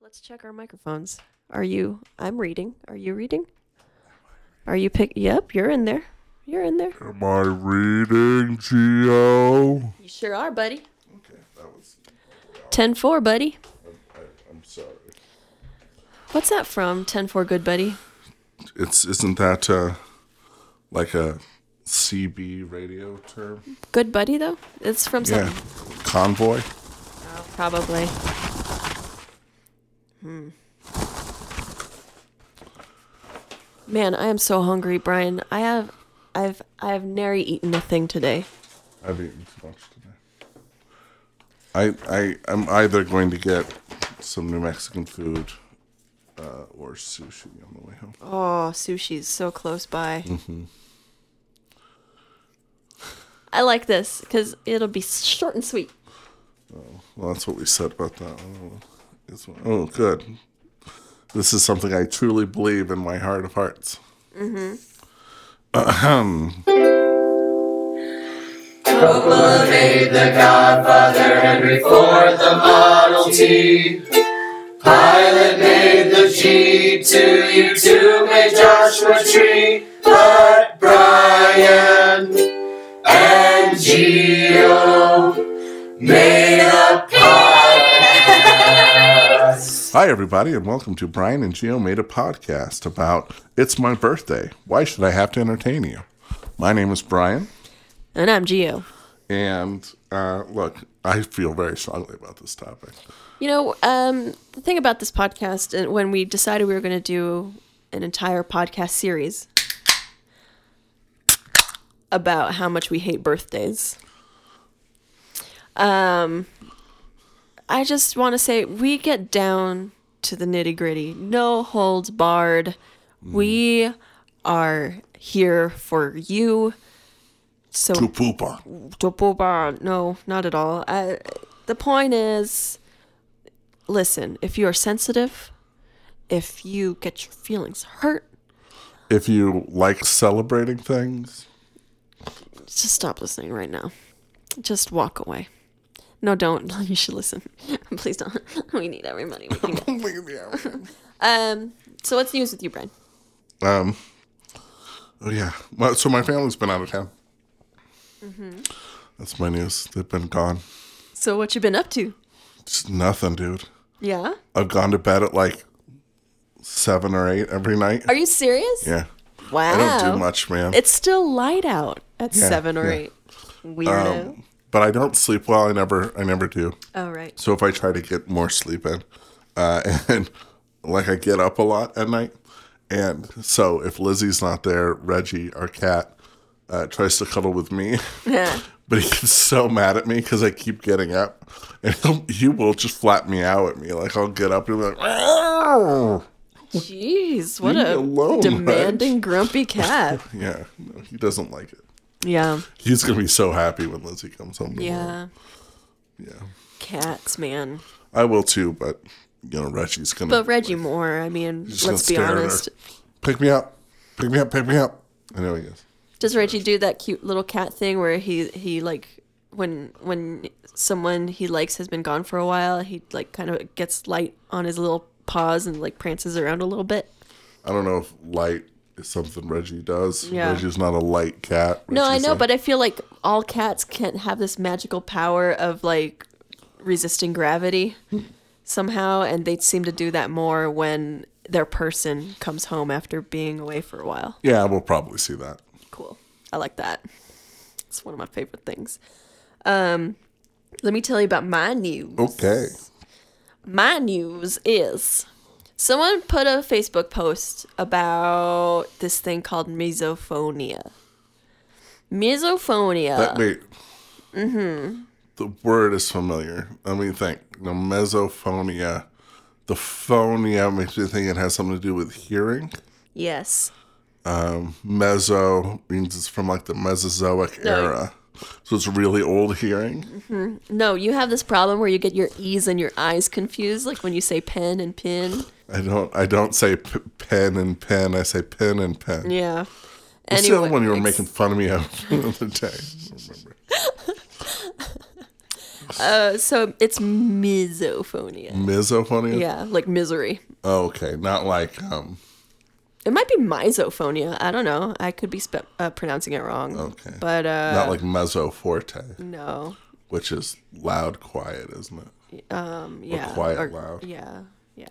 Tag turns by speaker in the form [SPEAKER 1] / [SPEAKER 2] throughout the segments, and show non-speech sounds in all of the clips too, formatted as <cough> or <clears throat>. [SPEAKER 1] Let's check our microphones. Are you? I'm reading. Are you reading? Are you pick? Yep, you're in there. You're in there.
[SPEAKER 2] Am I reading, Geo?
[SPEAKER 1] You sure are, buddy.
[SPEAKER 2] Okay, that was.
[SPEAKER 1] Ten four, buddy.
[SPEAKER 2] I, I'm sorry.
[SPEAKER 1] What's that from? Ten four, good buddy.
[SPEAKER 2] It's isn't that uh, like a CB radio term?
[SPEAKER 1] Good buddy though. It's from
[SPEAKER 2] Yeah,
[SPEAKER 1] something.
[SPEAKER 2] convoy.
[SPEAKER 1] Oh, probably. Hmm. Man, I am so hungry, Brian. I have, I've, I've nary eaten a thing today.
[SPEAKER 2] I've eaten too much today. I I am either going to get some New Mexican food uh, or sushi on the way home.
[SPEAKER 1] Oh, sushi's so close by. I like this because it'll be short and sweet.
[SPEAKER 2] Well, that's what we said about that one. It's- Oh, good. This is something I truly believe in my heart of hearts. <clears throat> Hi, everybody, and welcome to Brian and Geo made a podcast about It's My Birthday. Why should I have to entertain you? My name is Brian,
[SPEAKER 1] And I'm Geo.
[SPEAKER 2] and uh, look, I feel very strongly about this topic.
[SPEAKER 1] You know, um, the thing about this podcast, and when we decided we were going to do an entire podcast series about how much we hate birthdays, um, I just want to say we get down to the nitty gritty, no holds barred. We are here for you. So
[SPEAKER 2] To poop on.
[SPEAKER 1] Dopoba, no, not at all. I, the point is, listen, if you are sensitive, if you get your feelings hurt,
[SPEAKER 2] If you like celebrating things, <laughs>
[SPEAKER 1] just stop listening right now. Just walk away. No, don't. <laughs> You should listen. Please don't. <laughs> We need every money <laughs> we can get. Um, so what's news with you, Brian?
[SPEAKER 2] Um, oh yeah. Well, so my family's been out of town. That's my news. They've been gone.
[SPEAKER 1] So what you been up to?
[SPEAKER 2] Just nothing, dude.
[SPEAKER 1] Yeah.
[SPEAKER 2] I've gone to bed at like seven or eight every night.
[SPEAKER 1] Are you serious?
[SPEAKER 2] yeah.
[SPEAKER 1] Wow.
[SPEAKER 2] I don't do much, man.
[SPEAKER 1] It's still light out at
[SPEAKER 2] Yeah,
[SPEAKER 1] seven or
[SPEAKER 2] yeah. Um,
[SPEAKER 1] eight. Weirdo.
[SPEAKER 2] but I don't sleep well. I never, I never do.
[SPEAKER 1] oh right.
[SPEAKER 2] So if I try to get more sleep in, uh, <laughs> and like I get up a lot at night, and so if Lizzie's not there, Reggie, our cat, uh, tries to cuddle with me.
[SPEAKER 1] Yeah.
[SPEAKER 2] <laughs> but he gets so mad at me because I keep getting up, and he'll, he will just flat me out at me. Like I'll get up and be like, "Meow."
[SPEAKER 1] Jeez, what
[SPEAKER 2] Leave me
[SPEAKER 1] a
[SPEAKER 2] alone,
[SPEAKER 1] demanding,
[SPEAKER 2] <laughs>
[SPEAKER 1] grumpy cat.
[SPEAKER 2] yeah, no, he doesn't like it.
[SPEAKER 1] yeah,
[SPEAKER 2] He's gonna be so happy when Lizzie comes home. tomorrow.
[SPEAKER 1] yeah,
[SPEAKER 2] yeah,
[SPEAKER 1] cats, man.
[SPEAKER 2] I will too, but you know Reggie's gonna.
[SPEAKER 1] But Reggie Moore, I mean,
[SPEAKER 2] he's
[SPEAKER 1] let's be
[SPEAKER 2] gonna stare at her.
[SPEAKER 1] honest.
[SPEAKER 2] Pick me up, pick me up, pick me up. I know he is.
[SPEAKER 1] Does Reggie do that cute little cat thing where he he like when when someone he likes has been gone for a while, he like kind of gets light on his little paws and like prances around a little bit.
[SPEAKER 2] I don't know if light is something Reggie does.
[SPEAKER 1] Yeah.
[SPEAKER 2] Reggie's not a light cat.
[SPEAKER 1] No, I
[SPEAKER 2] Reggie's
[SPEAKER 1] know,
[SPEAKER 2] like-
[SPEAKER 1] but I feel like all cats can't have this magical power of like resisting gravity somehow, and they seem to do that more when their person comes home after being away for a while.
[SPEAKER 2] yeah, we'll probably see that.
[SPEAKER 1] Cool. I like that. It's one of my favorite things. Um, let me tell you about my news.
[SPEAKER 2] Okay.
[SPEAKER 1] My news is someone put a Facebook post about this thing called misophonia. Misophonia.
[SPEAKER 2] That, wait. Mm-hmm.
[SPEAKER 1] mm-hmm.
[SPEAKER 2] The word is familiar. Let me think. The mesophonia. The phonia makes me think it has something to do with hearing.
[SPEAKER 1] yes.
[SPEAKER 2] Meso means it's from like the Mesozoic
[SPEAKER 1] No.
[SPEAKER 2] era. So it's really old hearing.
[SPEAKER 1] No, you have this problem where you get your E's and your I's confused, like when you say pen and pin.
[SPEAKER 2] I don't I don't say p- pen and pen. I say pin and pen.
[SPEAKER 1] Yeah.
[SPEAKER 2] What's the other one you were
[SPEAKER 1] ex-
[SPEAKER 2] making fun of me of the other day? I don't remember.
[SPEAKER 1] Uh, so it's misophonia.
[SPEAKER 2] Misophonia?
[SPEAKER 1] Yeah, like misery.
[SPEAKER 2] Oh, okay. Not like um
[SPEAKER 1] It might be misophonia. I don't know. I could be spe- uh, pronouncing it wrong.
[SPEAKER 2] Okay.
[SPEAKER 1] But uh,
[SPEAKER 2] not like mezzo forte,
[SPEAKER 1] no.
[SPEAKER 2] which is loud quiet, isn't it?
[SPEAKER 1] Um, yeah.
[SPEAKER 2] quiet loud.
[SPEAKER 1] Yeah. Yeah.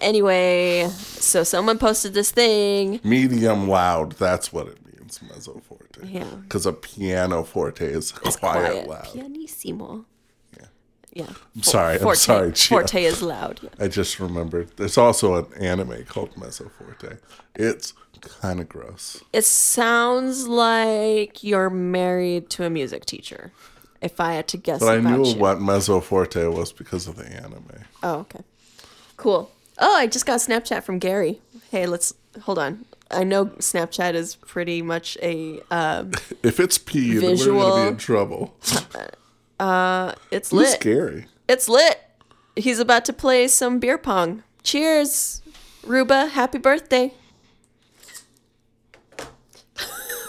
[SPEAKER 1] Anyway, so someone posted this thing.
[SPEAKER 2] Medium loud, that's what it means, mezzo forte.
[SPEAKER 1] Yeah.
[SPEAKER 2] Because a piano forte is quiet, loud.
[SPEAKER 1] Pianissimo. Yeah. Yeah.
[SPEAKER 2] sorry, I'm sorry, Gia.
[SPEAKER 1] Forte is loud. Yeah.
[SPEAKER 2] I just remembered. There's also an anime called Mezzo Forte. It's kind of gross.
[SPEAKER 1] It sounds like you're married to a music teacher. If I had to guess,
[SPEAKER 2] But I
[SPEAKER 1] about
[SPEAKER 2] knew
[SPEAKER 1] you.
[SPEAKER 2] what Mezzo Forte was because of the anime.
[SPEAKER 1] Oh, okay. Cool. Oh, I just got a Snapchat from Gary. Hey, let's hold on. I know Snapchat is pretty much a um,
[SPEAKER 2] If it's P, then we're going to
[SPEAKER 1] Visual.
[SPEAKER 2] be in trouble.
[SPEAKER 1] it's
[SPEAKER 2] It's
[SPEAKER 1] lit.
[SPEAKER 2] scary.
[SPEAKER 1] It's lit. He's about to play some beer pong. Cheers, Ruba. Happy birthday. <laughs>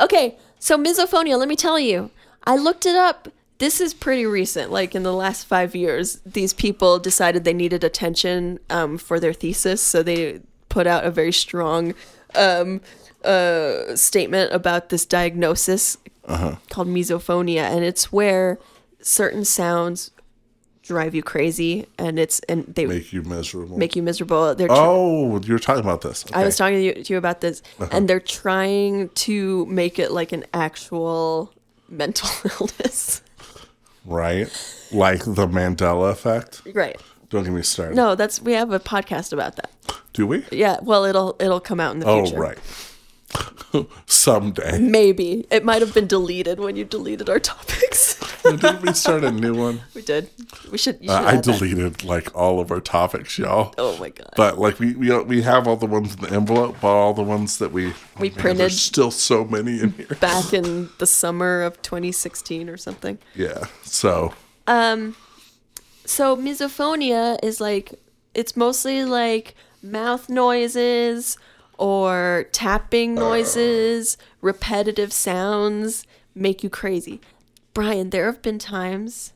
[SPEAKER 1] okay, so misophonia, let me tell you. I looked it up. This is pretty recent. Like in the last five years, these people decided they needed attention um, for their thesis, so they put out a very strong um, uh, statement about this diagnosis called misophonia, and it's where certain sounds drive you crazy, and it's and they make,
[SPEAKER 2] Make you miserable.
[SPEAKER 1] you miserable. They're tr-
[SPEAKER 2] oh, you were talking about this.
[SPEAKER 1] I
[SPEAKER 2] Okay. Uh-huh.
[SPEAKER 1] was talking to you, to you about this, and they're trying to make it like an actual mental <laughs> illness.
[SPEAKER 2] right? Like the Mandela effect.
[SPEAKER 1] right.
[SPEAKER 2] Don't get me started.
[SPEAKER 1] No, that's we have a podcast about that.
[SPEAKER 2] Do we?
[SPEAKER 1] Yeah. Well, it'll it'll come out in the
[SPEAKER 2] Oh,
[SPEAKER 1] future.
[SPEAKER 2] right. <laughs>
[SPEAKER 1] <laughs>
[SPEAKER 2] Someday.
[SPEAKER 1] Maybe it might have been deleted when you deleted our <laughs> topics.
[SPEAKER 2] Didn't we start a
[SPEAKER 1] <laughs>
[SPEAKER 2] new one?
[SPEAKER 1] we did. We should. You should
[SPEAKER 2] Uh, I
[SPEAKER 1] add that.
[SPEAKER 2] deleted like all of our topics, y'all.
[SPEAKER 1] Oh my god.
[SPEAKER 2] But like we, we we have all the ones in the envelope, but all the ones that we Oh,
[SPEAKER 1] We
[SPEAKER 2] man,
[SPEAKER 1] printed.
[SPEAKER 2] There's still so many in here.
[SPEAKER 1] Back in the summer of 2016 or something.
[SPEAKER 2] Yeah. So
[SPEAKER 1] so misophonia is like it's mostly like mouth noises or tapping noises repetitive sounds make you crazy brian there have been times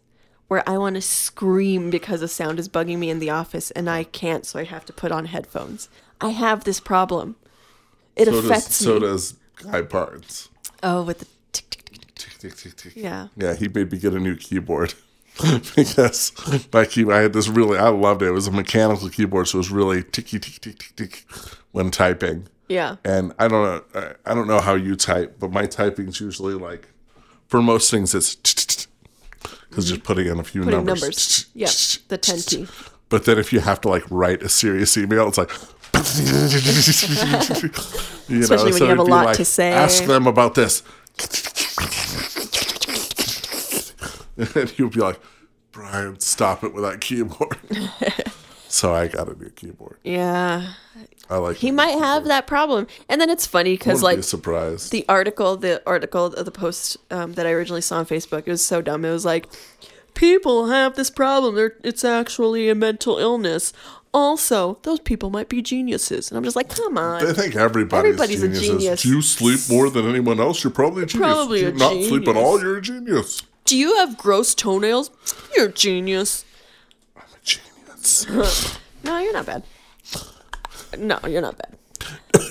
[SPEAKER 1] where i want to scream because a sound is bugging me in the office and i can't so i have to put on headphones i have this problem it
[SPEAKER 2] so does
[SPEAKER 1] affects
[SPEAKER 2] so
[SPEAKER 1] me
[SPEAKER 2] does Guy Barnes.
[SPEAKER 1] oh with the tick tick tick
[SPEAKER 2] Tick, tick, tick, tick.
[SPEAKER 1] Yeah.
[SPEAKER 2] Yeah. He made me get a new keyboard. <laughs> because my keyboard, I had this really, I loved it. It was a mechanical keyboard, so it was really ticky, tick, tick, tick, tick when typing.
[SPEAKER 1] yeah
[SPEAKER 2] and I don't know, I- I don't know how you type, but my typing's usually like, for most things, it's <laughs> because just putting in a few
[SPEAKER 1] putting
[SPEAKER 2] numbers.
[SPEAKER 1] numbers yeah
[SPEAKER 2] <laughs>
[SPEAKER 1] the 10 key
[SPEAKER 2] But then if you have to like write a serious email, it's like. <laughs> you
[SPEAKER 1] Especially when you have
[SPEAKER 2] it'd
[SPEAKER 1] a
[SPEAKER 2] be
[SPEAKER 1] lot to say.
[SPEAKER 2] Ask them about this. <laughs> and you'll be like, Brian, stop it with that keyboard.
[SPEAKER 1] <laughs>
[SPEAKER 2] so I got a new keyboard.
[SPEAKER 1] yeah
[SPEAKER 2] I like.
[SPEAKER 1] he might have that problem and then it's funny because like
[SPEAKER 2] be surprised.
[SPEAKER 1] the article the article of the post um, that i originally saw on facebook it was so dumb it was like people have this problem They're, it's actually a mental illness also those people might be geniuses and i'm just like come
[SPEAKER 2] I
[SPEAKER 1] on
[SPEAKER 2] think everybody's,
[SPEAKER 1] Everybody's a
[SPEAKER 2] genius.
[SPEAKER 1] genius.
[SPEAKER 2] Do you sleep more than anyone else? You're probably a genius.
[SPEAKER 1] probably
[SPEAKER 2] Do you
[SPEAKER 1] a
[SPEAKER 2] not sleep at
[SPEAKER 1] genius.
[SPEAKER 2] all? You're a genius.
[SPEAKER 1] do you have gross toenails you're a genius
[SPEAKER 2] I'm
[SPEAKER 1] <laughs>
[SPEAKER 2] a genius. <laughs>
[SPEAKER 1] no you're not bad no you're not bad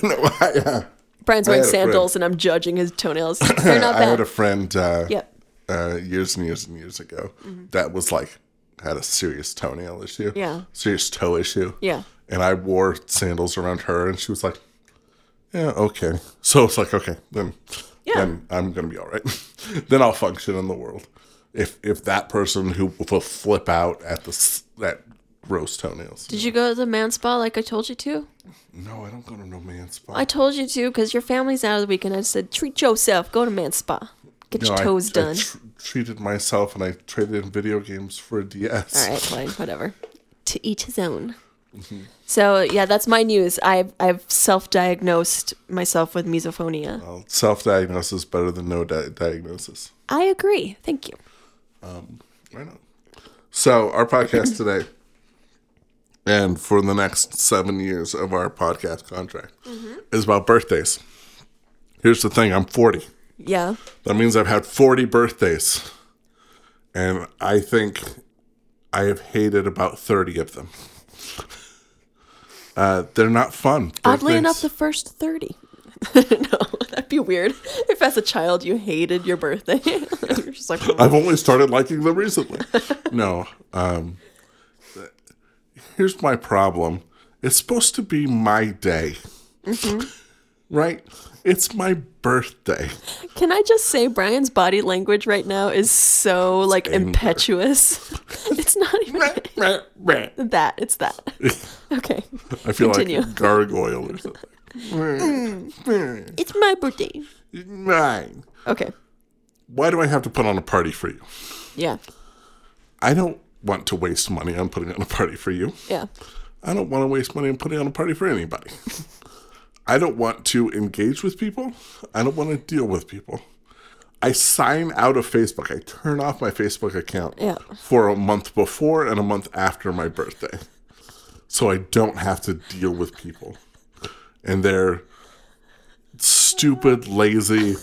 [SPEAKER 2] no, I, uh,
[SPEAKER 1] brian's
[SPEAKER 2] I
[SPEAKER 1] wearing
[SPEAKER 2] had a friend-
[SPEAKER 1] sandals and i'm judging his toenails
[SPEAKER 2] <coughs>
[SPEAKER 1] they're not
[SPEAKER 2] I had
[SPEAKER 1] bad
[SPEAKER 2] a friend uh,
[SPEAKER 1] Yep.
[SPEAKER 2] uh, years and years and years ago that was like had a serious toenail issue.
[SPEAKER 1] Mm-hmm. Yeah.
[SPEAKER 2] Serious toe issue.
[SPEAKER 1] Yeah.
[SPEAKER 2] And I wore sandals around her, and she was like, "Yeah, okay." So it's like, okay, then,
[SPEAKER 1] Yeah.
[SPEAKER 2] then I'm gonna be all right. <laughs> then I'll function in the world. If if that person who will flip out at the s- that gross toenails.
[SPEAKER 1] did you go to the man spa like i told you to
[SPEAKER 2] no, I don't go to no man's spot.
[SPEAKER 1] I told you to because your family's out of the week, and I said, treat yourself. Go to Man's Spa. Get
[SPEAKER 2] No,
[SPEAKER 1] your
[SPEAKER 2] I-
[SPEAKER 1] toes
[SPEAKER 2] I
[SPEAKER 1] done.
[SPEAKER 2] <laughs> tr- treated myself, and I traded in video games for a DS.
[SPEAKER 1] All right, fine, whatever. To each his own.
[SPEAKER 2] Mm-hmm.
[SPEAKER 1] So yeah, that's my news. I've I've self-diagnosed myself with misophonia.
[SPEAKER 2] Well, self-diagnosis better than no di- diagnosis.
[SPEAKER 1] I agree. Thank you.
[SPEAKER 2] Why not? So
[SPEAKER 1] <laughs>
[SPEAKER 2] our podcast today, and for the next seven years of our podcast contract,
[SPEAKER 1] Mm-hmm.
[SPEAKER 2] is about birthdays. Here's the thing: I'm 40.
[SPEAKER 1] Yeah,
[SPEAKER 2] That means I've had 40 birthdays, and I think I have hated about thirty of them. Uh, they're not fun. They're
[SPEAKER 1] Oddly enough, the
[SPEAKER 2] things-
[SPEAKER 1] first 30. <laughs> no, that'd be weird. If as a child you hated your birthday, <laughs> you're just like,
[SPEAKER 2] I've only started liking them recently. <laughs> no, um, here's my problem. It's supposed to be my day, <laughs> right? It's my birthday. <laughs>
[SPEAKER 1] Can I just say Brian's body language right now is so like impetuous. <laughs> it's not even
[SPEAKER 2] I
[SPEAKER 1] that. It's that. <laughs> Okay.
[SPEAKER 2] feel
[SPEAKER 1] Continue.
[SPEAKER 2] like a gargoyle or something.
[SPEAKER 1] It's my birthday.
[SPEAKER 2] Mine.
[SPEAKER 1] Okay.
[SPEAKER 2] Why do I have to put on a party for you?
[SPEAKER 1] Yeah.
[SPEAKER 2] I don't want to waste money on putting on a party for you.
[SPEAKER 1] Yeah.
[SPEAKER 2] I don't want to waste money on putting on a party for anybody. I don't want to engage with people. I don't want to deal with people. I sign out of Facebook. I turn off my Facebook account
[SPEAKER 1] Yeah.
[SPEAKER 2] for a month before and a month after my birthday. So I don't have to deal with people and their stupid, lazy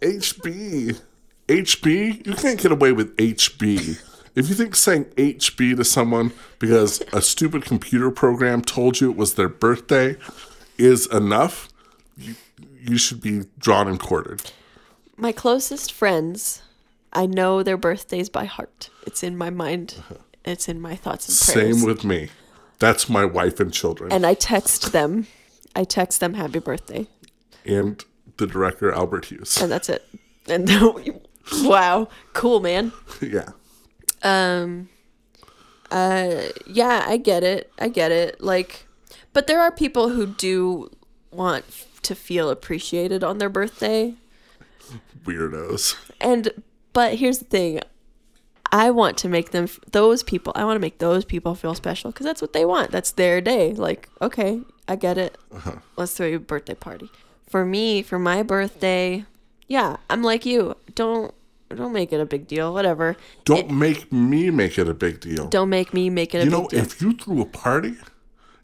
[SPEAKER 2] HB. HB? You can't get away with HB. If you think saying HB to someone because a stupid computer program told you it was their birthday is enough, you, you should be drawn and quartered.
[SPEAKER 1] My closest friends, I know their birthdays by heart. It's in my mind. It's in my thoughts and prayers.
[SPEAKER 2] Uh-huh. Same with me. That's my wife and children. And,
[SPEAKER 1] and I text them. I text them happy birthday.
[SPEAKER 2] the director, Albert Hughes.
[SPEAKER 1] And that's it. And <laughs> wow. Cool, man.
[SPEAKER 2] <laughs> yeah.
[SPEAKER 1] um uh yeah i get it i get it like but there are people who do want f- to feel appreciated on their birthday
[SPEAKER 2] Weirdos.
[SPEAKER 1] and but here's the thing i want to make them f- those people i want to make those people feel special because that's what they want that's their day like okay i get it
[SPEAKER 2] Uh-huh.
[SPEAKER 1] let's throw you a birthday party for me for my birthday yeah i'm like you don't don't make it a big deal whatever
[SPEAKER 2] Don't make me make it a big deal.
[SPEAKER 1] don't make me make it a
[SPEAKER 2] You
[SPEAKER 1] big
[SPEAKER 2] know,
[SPEAKER 1] deal
[SPEAKER 2] if you threw a party,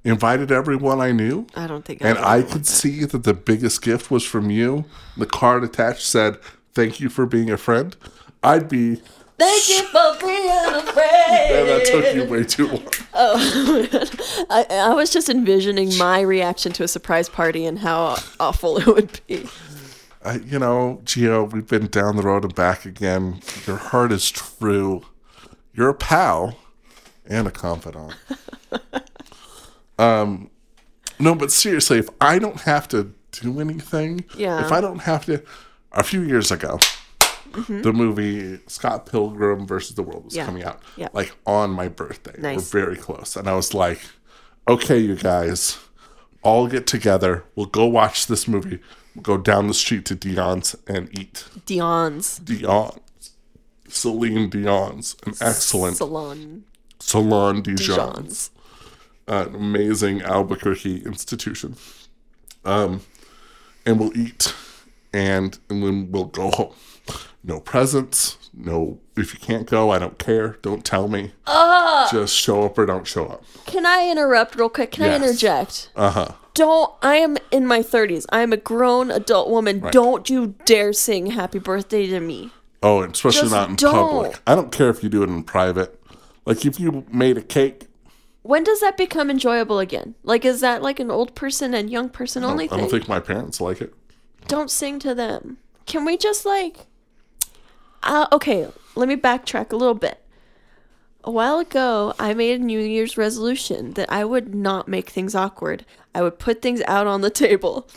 [SPEAKER 2] invited everyone I knew,
[SPEAKER 1] i don't think
[SPEAKER 2] and
[SPEAKER 1] would
[SPEAKER 2] I
[SPEAKER 1] want
[SPEAKER 2] could see that the biggest gift was from you, the card attached said, Thank you for being a friend, I'd be.
[SPEAKER 1] Thank you for being a friend. <laughs>
[SPEAKER 2] Man, that took you way too long.
[SPEAKER 1] Oh, I, I was just envisioning my reaction to a surprise party and how awful it would be.
[SPEAKER 2] I, you know, Gio, we've been down the road and back again. Your heart is true. You're a pal and a
[SPEAKER 1] <laughs>
[SPEAKER 2] confidant. um, no, but seriously, if I don't have to do anything,
[SPEAKER 1] Yeah.
[SPEAKER 2] if I don't have to, a few years ago, the movie Scott Pilgrim versus the World was
[SPEAKER 1] Mm-hmm. Yeah.
[SPEAKER 2] coming out,
[SPEAKER 1] Yeah.
[SPEAKER 2] like on my birthday.
[SPEAKER 1] Nice.
[SPEAKER 2] We're very close, and I was like, okay, you guys all get together. We'll go watch this movie. We'll go down the street to Dion's and eat
[SPEAKER 1] Dion's
[SPEAKER 2] Dion's. Celine Dion's, an excellent
[SPEAKER 1] Salon.
[SPEAKER 2] Salon Dijon,
[SPEAKER 1] Dion's.
[SPEAKER 2] an amazing Albuquerque institution. Um, and we'll eat, and, and then we'll go home. No presents. No, if you can't go, I don't care. Don't tell me. Just show up or don't show up.
[SPEAKER 1] Can I interrupt real quick? Can
[SPEAKER 2] Yes.
[SPEAKER 1] I interject?
[SPEAKER 2] Uh huh.
[SPEAKER 1] Don't. I am in my 30s. I am a grown adult woman. Don't you dare sing happy birthday to me.
[SPEAKER 2] Oh, and especially
[SPEAKER 1] Just
[SPEAKER 2] not in
[SPEAKER 1] don't.
[SPEAKER 2] public. I don't care if you do it in private. Like if you made a cake,
[SPEAKER 1] When does that become enjoyable again? Like, is that like an old person and young person only
[SPEAKER 2] I
[SPEAKER 1] thing?
[SPEAKER 2] don't think my parents like it.
[SPEAKER 1] don't sing to them. Can we just like uh, okay, let me backtrack a little bit. A while ago, I made a New Year's resolution that I would not make things awkward. I would put things out on the <laughs> table.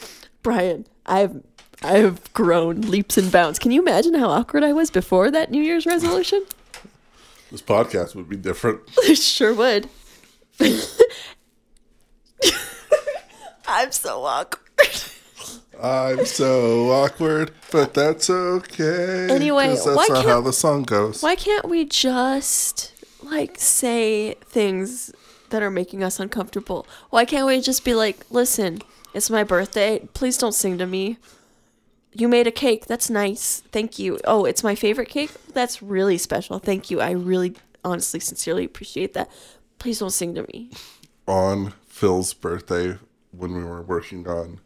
[SPEAKER 1] Brian, I've I've grown leaps and bounds. Can you imagine how awkward I was before that New Year's resolution? <laughs>
[SPEAKER 2] This podcast would be different.
[SPEAKER 1] I sure would. <laughs> I'm so awkward. <laughs>
[SPEAKER 2] I'm so awkward, but that's okay.
[SPEAKER 1] Anyway, 'cause that's why not how can't-
[SPEAKER 2] the song goes.
[SPEAKER 1] Why can't we just like say things that are making us uncomfortable? Why can't we just be like, listen, it's my birthday. Please don't sing to me. You made a cake. That's nice. Thank you. Oh, it's my favorite cake. That's really special. Thank you. I really, honestly, sincerely appreciate that. Please don't sing to me.
[SPEAKER 2] On Phil's birthday,
[SPEAKER 1] Mm-hmm.
[SPEAKER 2] when we were working on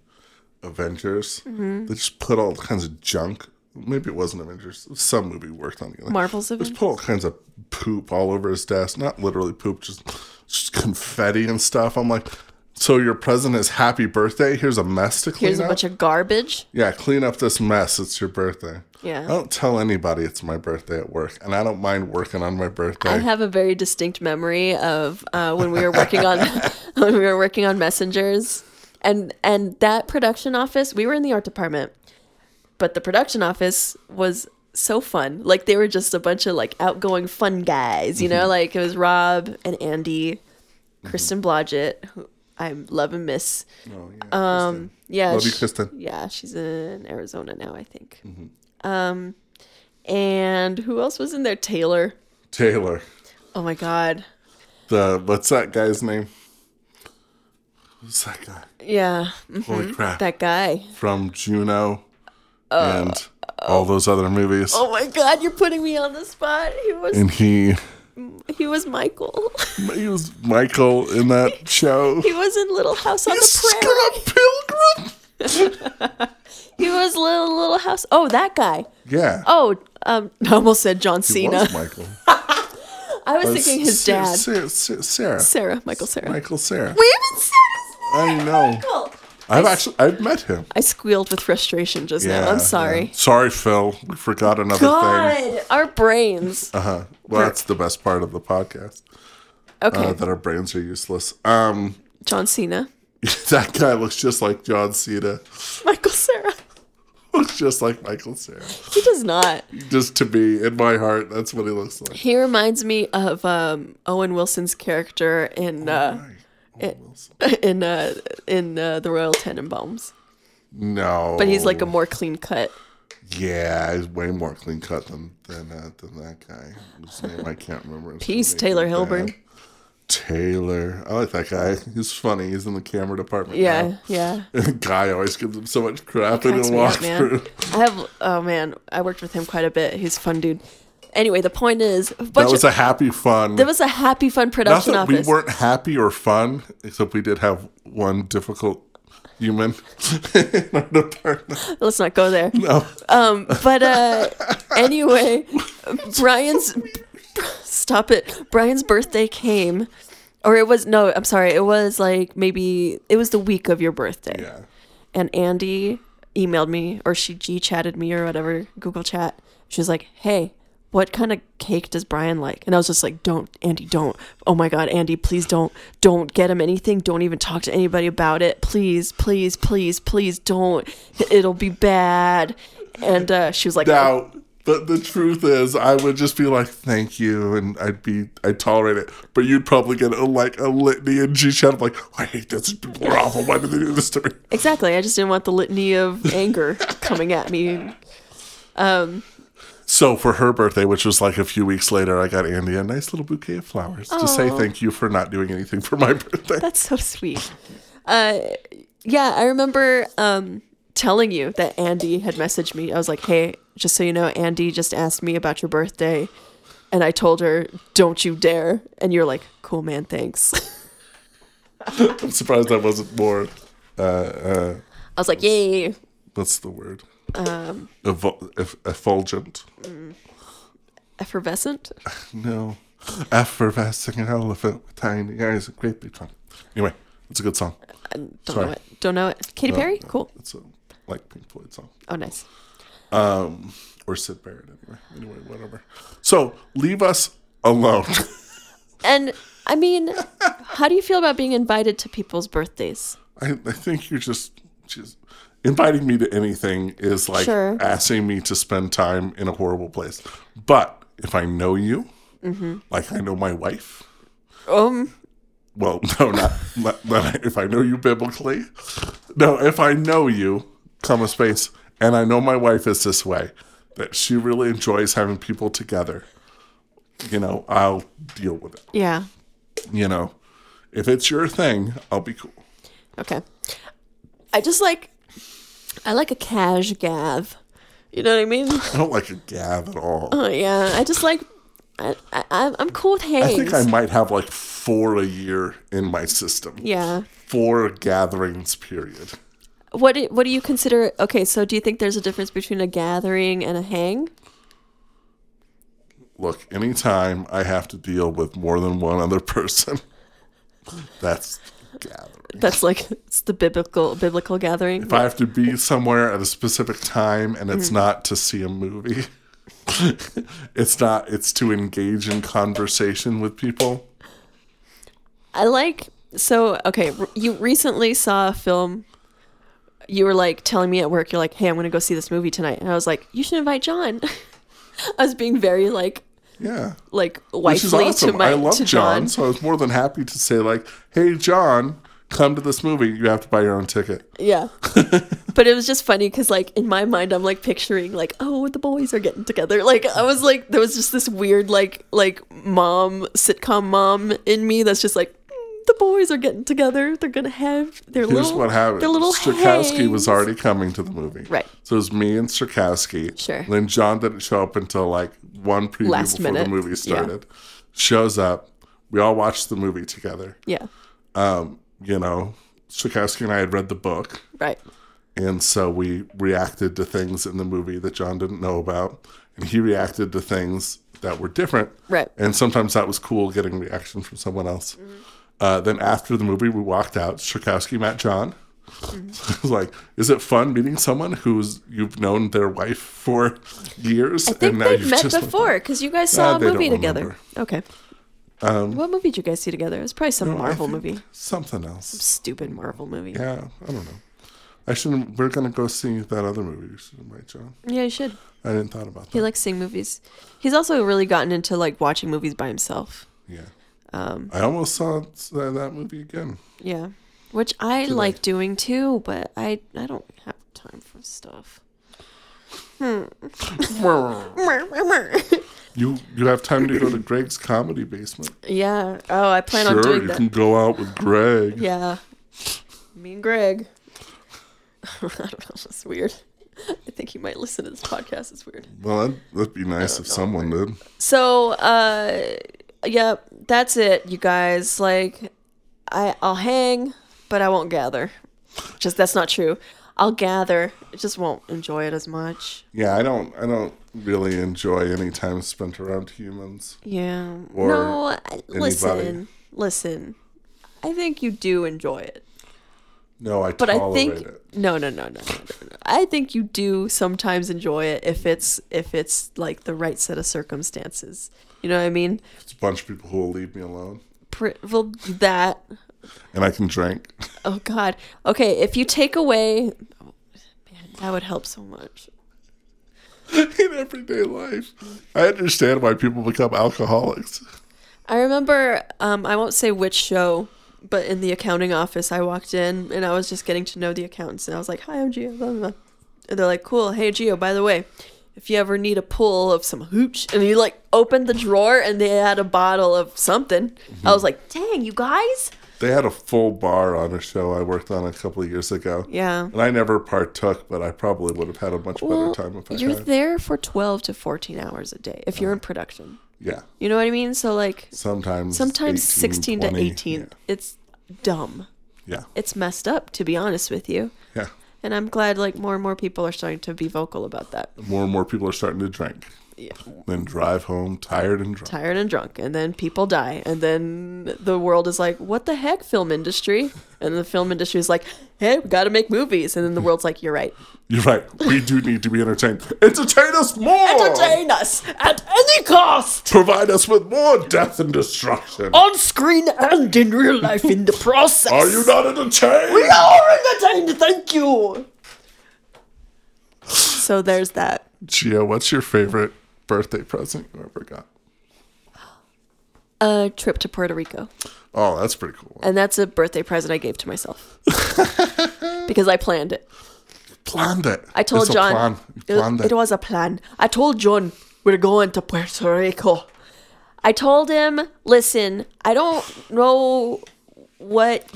[SPEAKER 2] Avengers, they just put all kinds of junk Maybe it wasn't Avengers. Some movie we worked on together.
[SPEAKER 1] Marvel's
[SPEAKER 2] Just
[SPEAKER 1] Avengers.
[SPEAKER 2] put all kinds of poop all over his desk. Not literally poop, just just confetti and stuff. I'm like, so your present is happy birthday. Here's a mess to clean
[SPEAKER 1] Here's a
[SPEAKER 2] up.
[SPEAKER 1] bunch of garbage.
[SPEAKER 2] yeah, clean up this mess. It's your birthday.
[SPEAKER 1] Yeah.
[SPEAKER 2] I don't tell anybody it's my birthday at work, and I don't mind working on my birthday.
[SPEAKER 1] I have a very distinct memory of uh, when we were working
[SPEAKER 2] <laughs>
[SPEAKER 1] on <laughs> when we were working on messengers, and and that production office. We were in the art department, but the production office was so fun. Like they were just a bunch of like outgoing fun guys, you
[SPEAKER 2] Mm-hmm.
[SPEAKER 1] know. Like it was Rob and Andy, Kristen Blodgett, who I love and miss.
[SPEAKER 2] oh, yeah, um,
[SPEAKER 1] Yeah,
[SPEAKER 2] Love you,
[SPEAKER 1] sh-
[SPEAKER 2] Kristen.
[SPEAKER 1] Yeah, she's in Arizona now, I think.
[SPEAKER 2] Mm-hmm.
[SPEAKER 1] Um, and who else was in there? Taylor.
[SPEAKER 2] Taylor.
[SPEAKER 1] Oh my God.
[SPEAKER 2] The what's that guy's name? Who's that guy?
[SPEAKER 1] Yeah, mm,
[SPEAKER 2] Holy crap!
[SPEAKER 1] that guy.
[SPEAKER 2] From Juno and all those other movies.
[SPEAKER 1] Oh my God, you're putting me on the spot. He was
[SPEAKER 2] And he
[SPEAKER 1] he was Michael. <laughs>
[SPEAKER 2] he was Michael in that show.
[SPEAKER 1] He was in Little House on the Prairie.
[SPEAKER 2] Scott Pilgrim.
[SPEAKER 1] He was little Little House. Oh, that guy.
[SPEAKER 2] Yeah.
[SPEAKER 1] Oh, um, I almost said John
[SPEAKER 2] it
[SPEAKER 1] Cena. <laughs>
[SPEAKER 2] was Michael.
[SPEAKER 1] I was thinking his
[SPEAKER 2] Sarah-
[SPEAKER 1] dad,
[SPEAKER 2] Sarah, Sarah, Sarah.
[SPEAKER 1] Sarah. Michael Sarah.
[SPEAKER 2] Michael Sarah.
[SPEAKER 1] We haven't said his
[SPEAKER 2] I
[SPEAKER 1] name.
[SPEAKER 2] know.
[SPEAKER 1] Michael.
[SPEAKER 2] I've actually I've met him.
[SPEAKER 1] I squealed with frustration just
[SPEAKER 2] Yeah,
[SPEAKER 1] now. I'm sorry.
[SPEAKER 2] yeah. Sorry, Phil. We forgot another thing.
[SPEAKER 1] God, our brains.
[SPEAKER 2] Uh huh. Well, that's the best part of the podcast.
[SPEAKER 1] Okay,
[SPEAKER 2] Uh, that our brains are useless. Um, <laughs>
[SPEAKER 1] John Cena, <laughs>
[SPEAKER 2] that guy looks just like John Cena. <laughs>
[SPEAKER 1] Michael Sarah.
[SPEAKER 2] Looks just like Michael Cera.
[SPEAKER 1] He does not.
[SPEAKER 2] Just to be in my heart, that's what he looks like.
[SPEAKER 1] He reminds me of um, Owen Wilson's character in uh,
[SPEAKER 2] Owen Wilson.
[SPEAKER 1] <laughs> in uh, in uh, the Royal Tenenbaums,
[SPEAKER 2] No,
[SPEAKER 1] but he's like a more clean cut.
[SPEAKER 2] yeah, he's way more clean cut than than, uh, than that guy. Whose name I can't remember.
[SPEAKER 1] <laughs>
[SPEAKER 2] It's
[SPEAKER 1] Peace,
[SPEAKER 2] gonna make
[SPEAKER 1] Taylor
[SPEAKER 2] me
[SPEAKER 1] Hilburn.
[SPEAKER 2] mad. Taylor, I like that guy. He's funny. He's in the camera department.
[SPEAKER 1] Yeah, yeah.
[SPEAKER 2] now. <laughs> guy always gives him so much crap in a
[SPEAKER 1] Cracks me up,
[SPEAKER 2] <laughs>
[SPEAKER 1] man.
[SPEAKER 2] walkthrough.
[SPEAKER 1] I have. Oh man, I worked with him quite a bit. He's a fun dude. Anyway, the point is, a
[SPEAKER 2] That
[SPEAKER 1] bunch
[SPEAKER 2] was
[SPEAKER 1] of,
[SPEAKER 2] a happy fun.
[SPEAKER 1] there was a happy, fun
[SPEAKER 2] Not
[SPEAKER 1] production
[SPEAKER 2] that we
[SPEAKER 1] office.
[SPEAKER 2] weren't happy or fun, except we did have one difficult human <laughs> in our department.
[SPEAKER 1] Let's not go there.
[SPEAKER 2] <laughs> No,
[SPEAKER 1] Um, but
[SPEAKER 2] <laughs>
[SPEAKER 1] uh, anyway, Brian's stop it. Brian's birthday came, or it was no. I'm sorry. It was like maybe it was the week of your birthday,
[SPEAKER 2] yeah,
[SPEAKER 1] and Andy emailed me, or she g chatted me, or whatever Google chat. She was like, "Hey." What kind of cake does Brian like? And I was just like, "Don't, Andy, don't! Oh my God, Andy, please don't, don't get him anything. Don't even talk to anybody about it. Please, please, please, please, don't. It'll be bad." And uh, she was like,
[SPEAKER 2] Now, the, the truth is, I would just be like, "Thank you," and I'd be, I'd tolerate it. But you'd probably get a, like a litany in G chat of like, "I hate this. We're awful. Why did they do this to me?"
[SPEAKER 1] Exactly. I just didn't want the litany of anger coming at me. Um,
[SPEAKER 2] So for her birthday, which was like a few weeks later, I got Andy a nice little bouquet of flowers to say
[SPEAKER 1] Aw.
[SPEAKER 2] thank you for not doing anything for my <laughs> birthday.
[SPEAKER 1] That's so sweet. Uh, yeah, I remember um, telling you that Andy had messaged me. I was like, hey, just so you know, Andy just asked me about your birthday. And I told her, don't you dare. And you're like, cool, man, thanks. <laughs>
[SPEAKER 2] I'm surprised I wasn't more. Uh, uh,
[SPEAKER 1] I was like, yay.
[SPEAKER 2] what's the word? Um, Evol- eff- effulgent.
[SPEAKER 1] Effervescent?
[SPEAKER 2] No, effervescing an elephant with tiny eyes and great big trunk. Anyway, it's a good song.
[SPEAKER 1] I don't know
[SPEAKER 2] Sorry.
[SPEAKER 1] it. Don't know it. Katy Perry? Cool.
[SPEAKER 2] It's a like Pink Floyd song.
[SPEAKER 1] Oh, nice.
[SPEAKER 2] Um, or Sid Barrett. Anyway, anyway, whatever. So leave us alone. <laughs>
[SPEAKER 1] And I mean, how do you feel about being invited to people's birthdays?
[SPEAKER 2] I, I think you're just just inviting me to anything is like
[SPEAKER 1] Sure.
[SPEAKER 2] asking me to spend time in a horrible place. But if I know you, like I know my wife.
[SPEAKER 1] Um,
[SPEAKER 2] Well, <laughs> no, not, not, not if I know you biblically. No, if I know you, comma space, and I know my wife is this way, that she really enjoys having people together. You know, I'll deal with it.
[SPEAKER 1] yeah.
[SPEAKER 2] You know, if it's your thing, I'll be cool.
[SPEAKER 1] Okay. I just like I like a cash gav. You know what I mean? <laughs>
[SPEAKER 2] I don't like a gab at all.
[SPEAKER 1] Oh yeah. I just like I, I I'm- I'm cool with
[SPEAKER 2] I
[SPEAKER 1] hangs.
[SPEAKER 2] think I might have like four a year in my system.
[SPEAKER 1] yeah.
[SPEAKER 2] Four gatherings, period.
[SPEAKER 1] What do, what do you consider? Okay, so do you think there's a difference between a gathering and a hang?
[SPEAKER 2] Look, anytime I have to deal with more than one other person, <laughs> that's gathering.
[SPEAKER 1] That's like <laughs> it's the biblical biblical gathering.
[SPEAKER 2] If I have to be somewhere at a specific time and
[SPEAKER 1] Mm.
[SPEAKER 2] it's not to see a movie, <laughs> it's not it's to engage in conversation with people.
[SPEAKER 1] I like so okay. r- You recently saw a film. You were like telling me at work, you're like, "Hey, I'm gonna go see this movie tonight," and I was like, "You should invite John." <laughs> I was being very like
[SPEAKER 2] Yeah.
[SPEAKER 1] like
[SPEAKER 2] Which is
[SPEAKER 1] wifely to
[SPEAKER 2] awesome.
[SPEAKER 1] my
[SPEAKER 2] I love
[SPEAKER 1] to
[SPEAKER 2] John,
[SPEAKER 1] John.
[SPEAKER 2] so I was more than happy to say like, "Hey John, come to this movie. You have to buy your own ticket." <laughs>
[SPEAKER 1] Yeah, but it was just funny because like in my mind, I'm like picturing like, "Oh, the boys are getting together." Like I was like, there was just this weird like like mom sitcom mom in me that's just like. "Mm, The boys are getting together. They're gonna have their
[SPEAKER 2] Here's
[SPEAKER 1] little.
[SPEAKER 2] what happened.
[SPEAKER 1] Their little
[SPEAKER 2] Strakowski was
[SPEAKER 1] hangs.
[SPEAKER 2] already coming to the movie.
[SPEAKER 1] Right.
[SPEAKER 2] So it was me and Strakowski.
[SPEAKER 1] Sure.
[SPEAKER 2] And then John didn't show up until like one preview
[SPEAKER 1] Last
[SPEAKER 2] before
[SPEAKER 1] minute.
[SPEAKER 2] the
[SPEAKER 1] Yeah.
[SPEAKER 2] movie started. Shows up. We all watched the movie together.
[SPEAKER 1] Yeah,
[SPEAKER 2] Um, you know, Strakowski and I had read the book.
[SPEAKER 1] right.
[SPEAKER 2] And so we reacted to things in the movie that John didn't know about. And he reacted to things that were different.
[SPEAKER 1] Right. Mm-hmm.
[SPEAKER 2] And sometimes that was cool getting reaction from someone else. Uh, then after the movie, we walked out. Strakowski met John.
[SPEAKER 1] Mm-hmm.
[SPEAKER 2] So I was like, is <laughs> it fun meeting someone who's you've known their wife for years?
[SPEAKER 1] I think they've met
[SPEAKER 2] just-
[SPEAKER 1] before because you guys
[SPEAKER 2] Nah,
[SPEAKER 1] saw
[SPEAKER 2] they
[SPEAKER 1] a
[SPEAKER 2] don't
[SPEAKER 1] movie together.
[SPEAKER 2] remember.
[SPEAKER 1] Okay. what movie did you guys see together? It was probably some
[SPEAKER 2] I
[SPEAKER 1] Marvel
[SPEAKER 2] think
[SPEAKER 1] movie.
[SPEAKER 2] Um, Something else.
[SPEAKER 1] Stupid Marvel movie. Yeah,
[SPEAKER 2] Yeah, I don't know. I shouldn't. We're gonna go see that other movie. You should invite John.
[SPEAKER 1] you should.
[SPEAKER 2] I didn't thought about that.
[SPEAKER 1] He likes seeing movies. He's also really gotten into like watching movies by himself.
[SPEAKER 2] Yeah.
[SPEAKER 1] Um,
[SPEAKER 2] I almost saw s- that that movie again.
[SPEAKER 1] Yeah, which I like doing too, but I I don't have time for stuff. <laughs>
[SPEAKER 2] you you have time to go to Greg's comedy basement.
[SPEAKER 1] yeah. Oh, I <laughs> plan on
[SPEAKER 2] Sure,
[SPEAKER 1] doing
[SPEAKER 2] you
[SPEAKER 1] that.
[SPEAKER 2] can go out with Greg.
[SPEAKER 1] Yeah. Me and Greg. <laughs> I don't know. That's weird. I think he might listen to this podcast. It's weird.
[SPEAKER 2] Well, that'd, that'd be nice if someone did.
[SPEAKER 1] So, uh, yeah, that's it, you guys. Like, I, I'll hang, but I won't gather. Just that's not true. I'll gather. I just won't enjoy it as much.
[SPEAKER 2] Yeah, I don't. I don't really enjoy any time spent around humans.
[SPEAKER 1] Yeah.
[SPEAKER 2] Or
[SPEAKER 1] no, I- listen.
[SPEAKER 2] anybody.
[SPEAKER 1] Listen. I think you do enjoy it.
[SPEAKER 2] No, I
[SPEAKER 1] But I
[SPEAKER 2] tolerate
[SPEAKER 1] think
[SPEAKER 2] it.
[SPEAKER 1] no, no, no, no, no, no, no. I think you do sometimes enjoy it if it's if it's like the right set of circumstances. You know what I mean?
[SPEAKER 2] It's a bunch of people who will leave me alone,
[SPEAKER 1] Pr- well, that
[SPEAKER 2] and I can drink. <laughs>
[SPEAKER 1] Oh God. Okay, if you take away, man, that would help so much.
[SPEAKER 2] in everyday life, I understand why people become alcoholics.
[SPEAKER 1] I remember, um, I won't say which show, but in the accounting office, I walked in and I was just getting to know the accountants, and I was like, "Hi, I'm Gio." Blah, blah, blah. And they're like, "Cool. Hey, Gio. By the way, if you ever need a pull of some hooch," and he like opened the drawer and they had a bottle of something. I
[SPEAKER 2] Mm-hmm.
[SPEAKER 1] was like, "Dang, you guys!"
[SPEAKER 2] They had a full bar on a show I worked on a couple of years ago.
[SPEAKER 1] Yeah.
[SPEAKER 2] And I never partook, but I probably would have had a much better
[SPEAKER 1] Well,
[SPEAKER 2] time if I
[SPEAKER 1] you're
[SPEAKER 2] had. Oh.
[SPEAKER 1] there for twelve to fourteen hours a day if you're in production.
[SPEAKER 2] yeah.
[SPEAKER 1] You know what I mean? So like,
[SPEAKER 2] Sometimes.
[SPEAKER 1] sometimes 16
[SPEAKER 2] 20.
[SPEAKER 1] to 18 it's dumb
[SPEAKER 2] Yeah.
[SPEAKER 1] it's messed up to be honest with you
[SPEAKER 2] Yeah.
[SPEAKER 1] and i'm glad like more and more people are starting to be vocal about that
[SPEAKER 2] yeah. More and more people are starting to drink.
[SPEAKER 1] Yeah.
[SPEAKER 2] Then drive home tired and drunk.
[SPEAKER 1] tired and drunk and then people die and then the world is like what the heck film industry and the film industry is like hey we gotta make movies and then the world's like you're right
[SPEAKER 2] You're right. We do need to be entertained. Entertain us more.
[SPEAKER 1] entertain us at any cost
[SPEAKER 2] Provide us with more death and destruction.
[SPEAKER 1] on screen and in real life in the process
[SPEAKER 2] Are you not entertained?
[SPEAKER 1] We are entertained thank you so there's that
[SPEAKER 2] Gia, what's your favorite birthday present you ever got?
[SPEAKER 1] a trip to Puerto Rico.
[SPEAKER 2] Oh, that's pretty cool.
[SPEAKER 1] And that's a birthday present I gave to myself. because I planned it.
[SPEAKER 2] Planned it.
[SPEAKER 1] I told
[SPEAKER 2] It's a
[SPEAKER 1] John
[SPEAKER 2] plan. You
[SPEAKER 1] it,
[SPEAKER 2] planned it.
[SPEAKER 1] it was a plan. I told John we're going to Puerto Rico. I told him, "Listen, I don't know what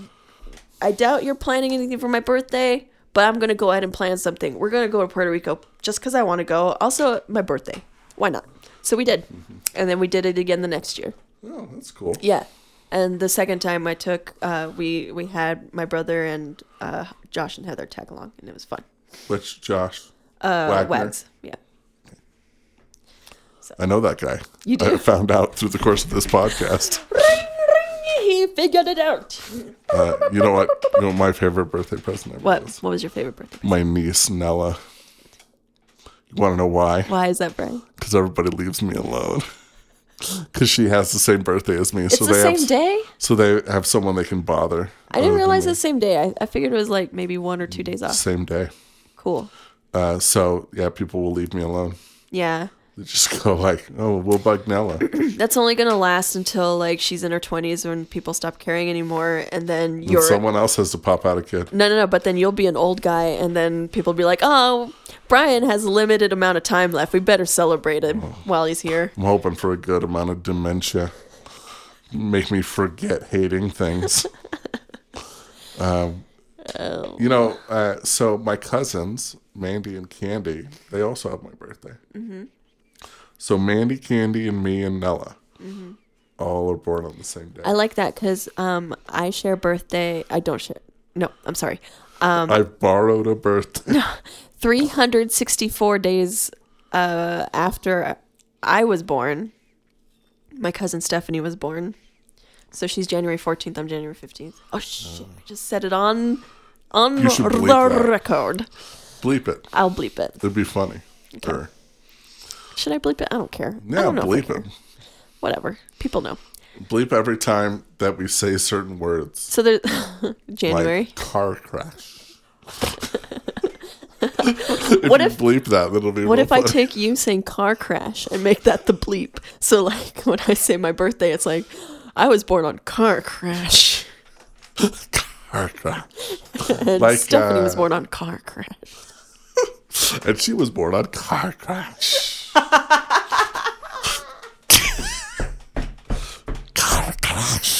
[SPEAKER 1] I doubt you're planning anything for my birthday, but I'm going to go ahead and plan something. We're going to go to Puerto Rico just cuz I want to go. Also, my
[SPEAKER 2] Mm-hmm.
[SPEAKER 1] birthday. Why not?" So we did. And then we did it again the next year.
[SPEAKER 2] Oh, that's cool.
[SPEAKER 1] Yeah. And the second time I took, uh, we we had my brother and uh, Josh and Heather tag along, and it was fun.
[SPEAKER 2] Which Josh?
[SPEAKER 1] Uh,
[SPEAKER 2] Wagner?
[SPEAKER 1] Wags, yeah.
[SPEAKER 2] I know that guy.
[SPEAKER 1] You
[SPEAKER 2] I
[SPEAKER 1] do?
[SPEAKER 2] found out through the course of this podcast.
[SPEAKER 1] He figured it out.
[SPEAKER 2] Uh, you know what? You know what my favorite birthday present ever
[SPEAKER 1] What
[SPEAKER 2] was?
[SPEAKER 1] What was your favorite birthday?
[SPEAKER 2] My niece Nella. You want to know why?
[SPEAKER 1] Why is that, Brian?
[SPEAKER 2] Because everybody leaves me alone. <laughs> Because she has the same birthday as me,
[SPEAKER 1] It's
[SPEAKER 2] so
[SPEAKER 1] the
[SPEAKER 2] they
[SPEAKER 1] same
[SPEAKER 2] have
[SPEAKER 1] day.
[SPEAKER 2] so they have someone they can bother.
[SPEAKER 1] I didn't realize the same day. I, I figured it was like maybe one or two days off.
[SPEAKER 2] Same day.
[SPEAKER 1] Cool.
[SPEAKER 2] Uh, so yeah, people will leave me alone.
[SPEAKER 1] Yeah.
[SPEAKER 2] They just go like, "Oh, we'll bug Nella."
[SPEAKER 1] That's only gonna last until like she's in her twenties when people stop caring anymore, and then
[SPEAKER 2] And
[SPEAKER 1] you're
[SPEAKER 2] someone else has to pop out a kid.
[SPEAKER 1] no, no, no. But then you'll be an old guy, and then people will be like, "Oh, Brian has a limited amount of time left. We better celebrate him while he's here."
[SPEAKER 2] I'm hoping for a good amount of dementia. Make me forget
[SPEAKER 1] <laughs>
[SPEAKER 2] hating things.
[SPEAKER 1] Oh.
[SPEAKER 2] um, you know, uh, so my cousins, Mandy and Candy, they also have my birthday.
[SPEAKER 1] Mm-hmm.
[SPEAKER 2] So Mandy, Candy, and me and Nella
[SPEAKER 1] Mm-hmm.
[SPEAKER 2] all are born on the same day.
[SPEAKER 1] I like that because um, I share birthday. I don't share. No, I'm sorry.
[SPEAKER 2] I borrowed
[SPEAKER 1] <laughs>
[SPEAKER 2] a birthday.
[SPEAKER 1] 364 days uh, after I was born, my cousin Stephanie was born. So she's January 14th. I'm January 15th. Oh shit! I just said it on on
[SPEAKER 2] You should bleep
[SPEAKER 1] the
[SPEAKER 2] that.
[SPEAKER 1] record.
[SPEAKER 2] bleep it.
[SPEAKER 1] I'll bleep it.
[SPEAKER 2] It'd be funny. Or,
[SPEAKER 1] Should I bleep it? I don't care. I
[SPEAKER 2] yeah,
[SPEAKER 1] don't know if I
[SPEAKER 2] bleep
[SPEAKER 1] care.
[SPEAKER 2] it.
[SPEAKER 1] Whatever. People know.
[SPEAKER 2] Bleep every time that we say certain words.
[SPEAKER 1] So there's <laughs> January.
[SPEAKER 2] like car crash. if what
[SPEAKER 1] What
[SPEAKER 2] you
[SPEAKER 1] if-
[SPEAKER 2] bleep that? That'll be.
[SPEAKER 1] What
[SPEAKER 2] real
[SPEAKER 1] if I
[SPEAKER 2] funny.
[SPEAKER 1] take you saying car crash and make that the bleep? So like <laughs> when I say my birthday, it's like I was born on car crash,
[SPEAKER 2] car crash?
[SPEAKER 1] and
[SPEAKER 2] Like,
[SPEAKER 1] Stephanie was
[SPEAKER 2] uh,
[SPEAKER 1] born on car crash.
[SPEAKER 2] And she was born on car crash. car crash.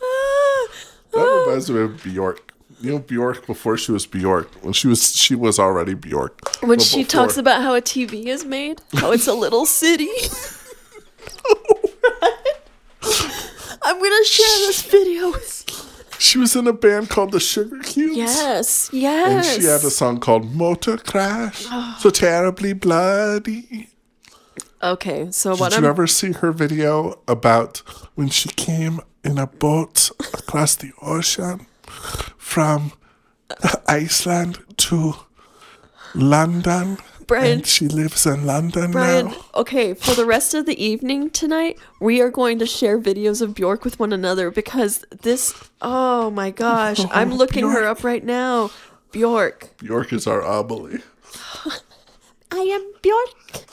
[SPEAKER 2] Ah. That reminds me of Bjork. You know Bjork before she was Bjork. When she was she was already Bjork.
[SPEAKER 1] When
[SPEAKER 2] But
[SPEAKER 1] she
[SPEAKER 2] before-
[SPEAKER 1] talks about how a TV is made, how it's a little
[SPEAKER 2] <laughs>
[SPEAKER 1] city. I'm gonna share this video. with you.
[SPEAKER 2] she was in a band called the Sugar Cubes.
[SPEAKER 1] Yes,
[SPEAKER 2] And
[SPEAKER 1] yes.
[SPEAKER 2] she had a song called Motor Crash.
[SPEAKER 1] Oh.
[SPEAKER 2] so terribly bloody.
[SPEAKER 1] okay, so what
[SPEAKER 2] Did
[SPEAKER 1] I'm
[SPEAKER 2] you ever see her video about when she came in a boat across the ocean from Iceland to London?
[SPEAKER 1] <laughs> Brian.
[SPEAKER 2] And she lives in London
[SPEAKER 1] Brian,
[SPEAKER 2] now.
[SPEAKER 1] okay, for the rest of the evening tonight, we are going to share videos of Bjork with one another because this. Oh my
[SPEAKER 2] <laughs>
[SPEAKER 1] gosh, I'm
[SPEAKER 2] Oh,
[SPEAKER 1] looking her
[SPEAKER 2] Bjork.
[SPEAKER 1] up right now.
[SPEAKER 2] <laughs>
[SPEAKER 1] Bjork. <laughs>
[SPEAKER 2] Bjork is our obeli.
[SPEAKER 1] I am Bjork.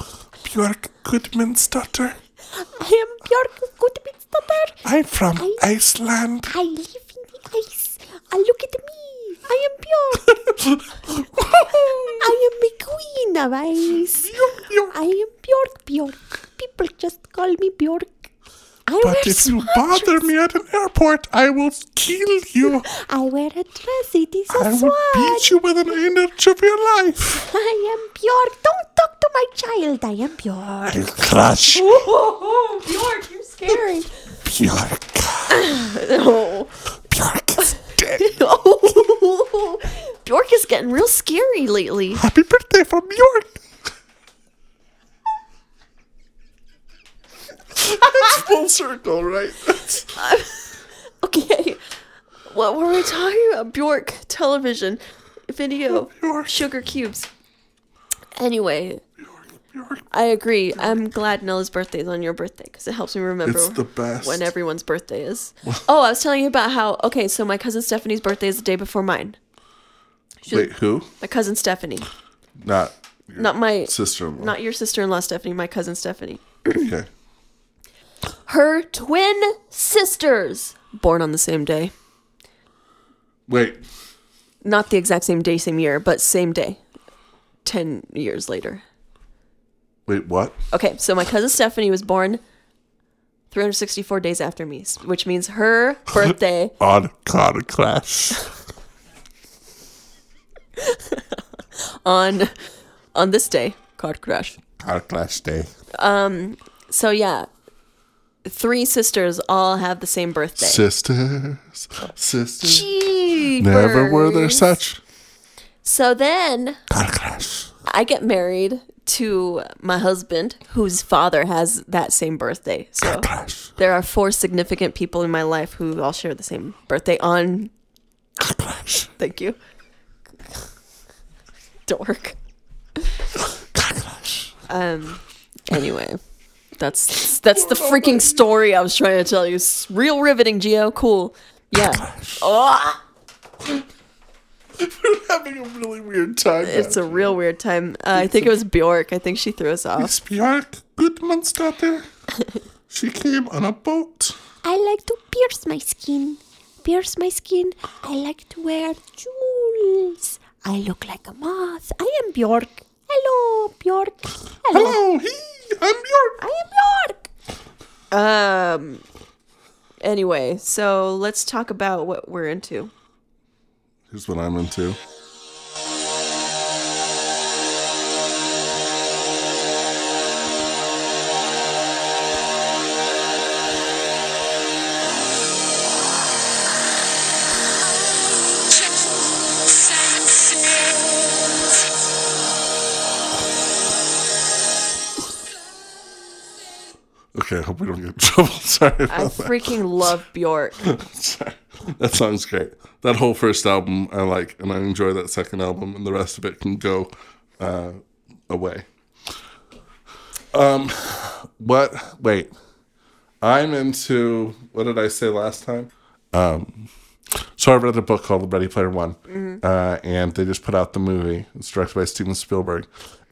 [SPEAKER 2] Bjork Goodman's daughter.
[SPEAKER 1] I am Bjork Gudmundsdottir.
[SPEAKER 2] I'm from
[SPEAKER 1] <laughs>
[SPEAKER 2] Iceland.
[SPEAKER 1] I live in the ice. Ah, look at me. I am Bjork. I am the queen of ice.
[SPEAKER 2] Bjork, Bjork.
[SPEAKER 1] I am Bjork Bjork. People just call me Bjork. I
[SPEAKER 2] <laughs> But
[SPEAKER 1] wear
[SPEAKER 2] if you
[SPEAKER 1] sweaters.
[SPEAKER 2] bother me at an airport, I will kill you.
[SPEAKER 1] I wear a dress. It is a
[SPEAKER 2] I will
[SPEAKER 1] sword.
[SPEAKER 2] beat you within an inch of your life.
[SPEAKER 3] I am Bjork. Don't talk to my child. I am Bjork.
[SPEAKER 2] You crush
[SPEAKER 1] Oh, Bjork, you're scary.
[SPEAKER 2] Bjork.
[SPEAKER 1] oh.
[SPEAKER 2] Bjork is dead.
[SPEAKER 1] Bjork is getting real scary lately.
[SPEAKER 2] Happy birthday from Bjork. That's <laughs> full circle, right?
[SPEAKER 1] Okay. What were we talking about? Bjork, television,
[SPEAKER 2] <laughs>
[SPEAKER 1] video,
[SPEAKER 2] Bjork.
[SPEAKER 1] sugar cubes. Anyway,
[SPEAKER 2] Bjork.
[SPEAKER 1] I agree. I'm glad Nella's birthday is on your birthday because it helps me remember
[SPEAKER 2] It's the best.
[SPEAKER 1] when everyone's birthday
[SPEAKER 2] <laughs>
[SPEAKER 1] is. oh, I was telling you about how, okay, so my cousin Stephanie's birthday is the day before mine.
[SPEAKER 2] Wait, who?
[SPEAKER 1] My cousin Stephanie.
[SPEAKER 2] Not your
[SPEAKER 1] Not my
[SPEAKER 2] sister-in-law.
[SPEAKER 1] not your sister-in-law Stephanie, my cousin Stephanie.
[SPEAKER 2] okay.
[SPEAKER 1] Her twin sisters born on the same day.
[SPEAKER 2] Wait,
[SPEAKER 1] Not the exact same day, same year, but same day. 10 years later.
[SPEAKER 2] wait, what?
[SPEAKER 1] Okay, so my cousin Stephanie was born 364 days after me, s- which means her
[SPEAKER 2] <laughs>
[SPEAKER 1] birthday
[SPEAKER 2] On Connor Clash.
[SPEAKER 1] on on this day, card crash.
[SPEAKER 2] Connor Clash Day.
[SPEAKER 1] So yeah, three sisters all have the same birthday.
[SPEAKER 2] Sisters, sisters,
[SPEAKER 1] Jeepers.
[SPEAKER 2] never were there such.
[SPEAKER 1] So then
[SPEAKER 2] Got a crush.
[SPEAKER 1] I get married to my husband, whose father has that same birthday.
[SPEAKER 2] <coughs>
[SPEAKER 1] So
[SPEAKER 2] Crush.
[SPEAKER 1] there are four significant people in my life who all share the same birthday on.
[SPEAKER 2] Crush.
[SPEAKER 1] Thank you. <laughs> Dork.
[SPEAKER 2] Crush.
[SPEAKER 1] Um. Anyway, that's that's the freaking story I was trying to tell you. It's real riveting, Geo. Cool. Yeah. Oh,
[SPEAKER 2] We're having a really weird time.
[SPEAKER 1] it's
[SPEAKER 2] now.
[SPEAKER 1] a real weird time. Uh, I think it was Bjork. I think she threw us <laughs> off.
[SPEAKER 2] It's Björk Gudmundsdottir. she came on a boat.
[SPEAKER 3] I like to pierce my skin. Pierce my skin. I like to wear jewels. I look like a moth. I am Bjork. Hello, Bjork.
[SPEAKER 2] Hello,
[SPEAKER 3] Hello.
[SPEAKER 2] he, I'm Björk.
[SPEAKER 3] I am Bjork.
[SPEAKER 1] Um. Anyway, so let's talk about what we're into.
[SPEAKER 2] Here's what I'm into. Okay, I hope we don't get in <laughs> trouble. Sorry about
[SPEAKER 1] I
[SPEAKER 2] that.
[SPEAKER 1] freaking love Bjork.
[SPEAKER 2] Sorry. <laughs> That song's great. That whole first album I like, and I enjoy that second album, and the rest of it can go uh, away. Um, what? Wait, I'm into what did I say last time? Um, so I read a book called Ready Player One, uh, and they just put out the movie. It's directed by Steven Spielberg,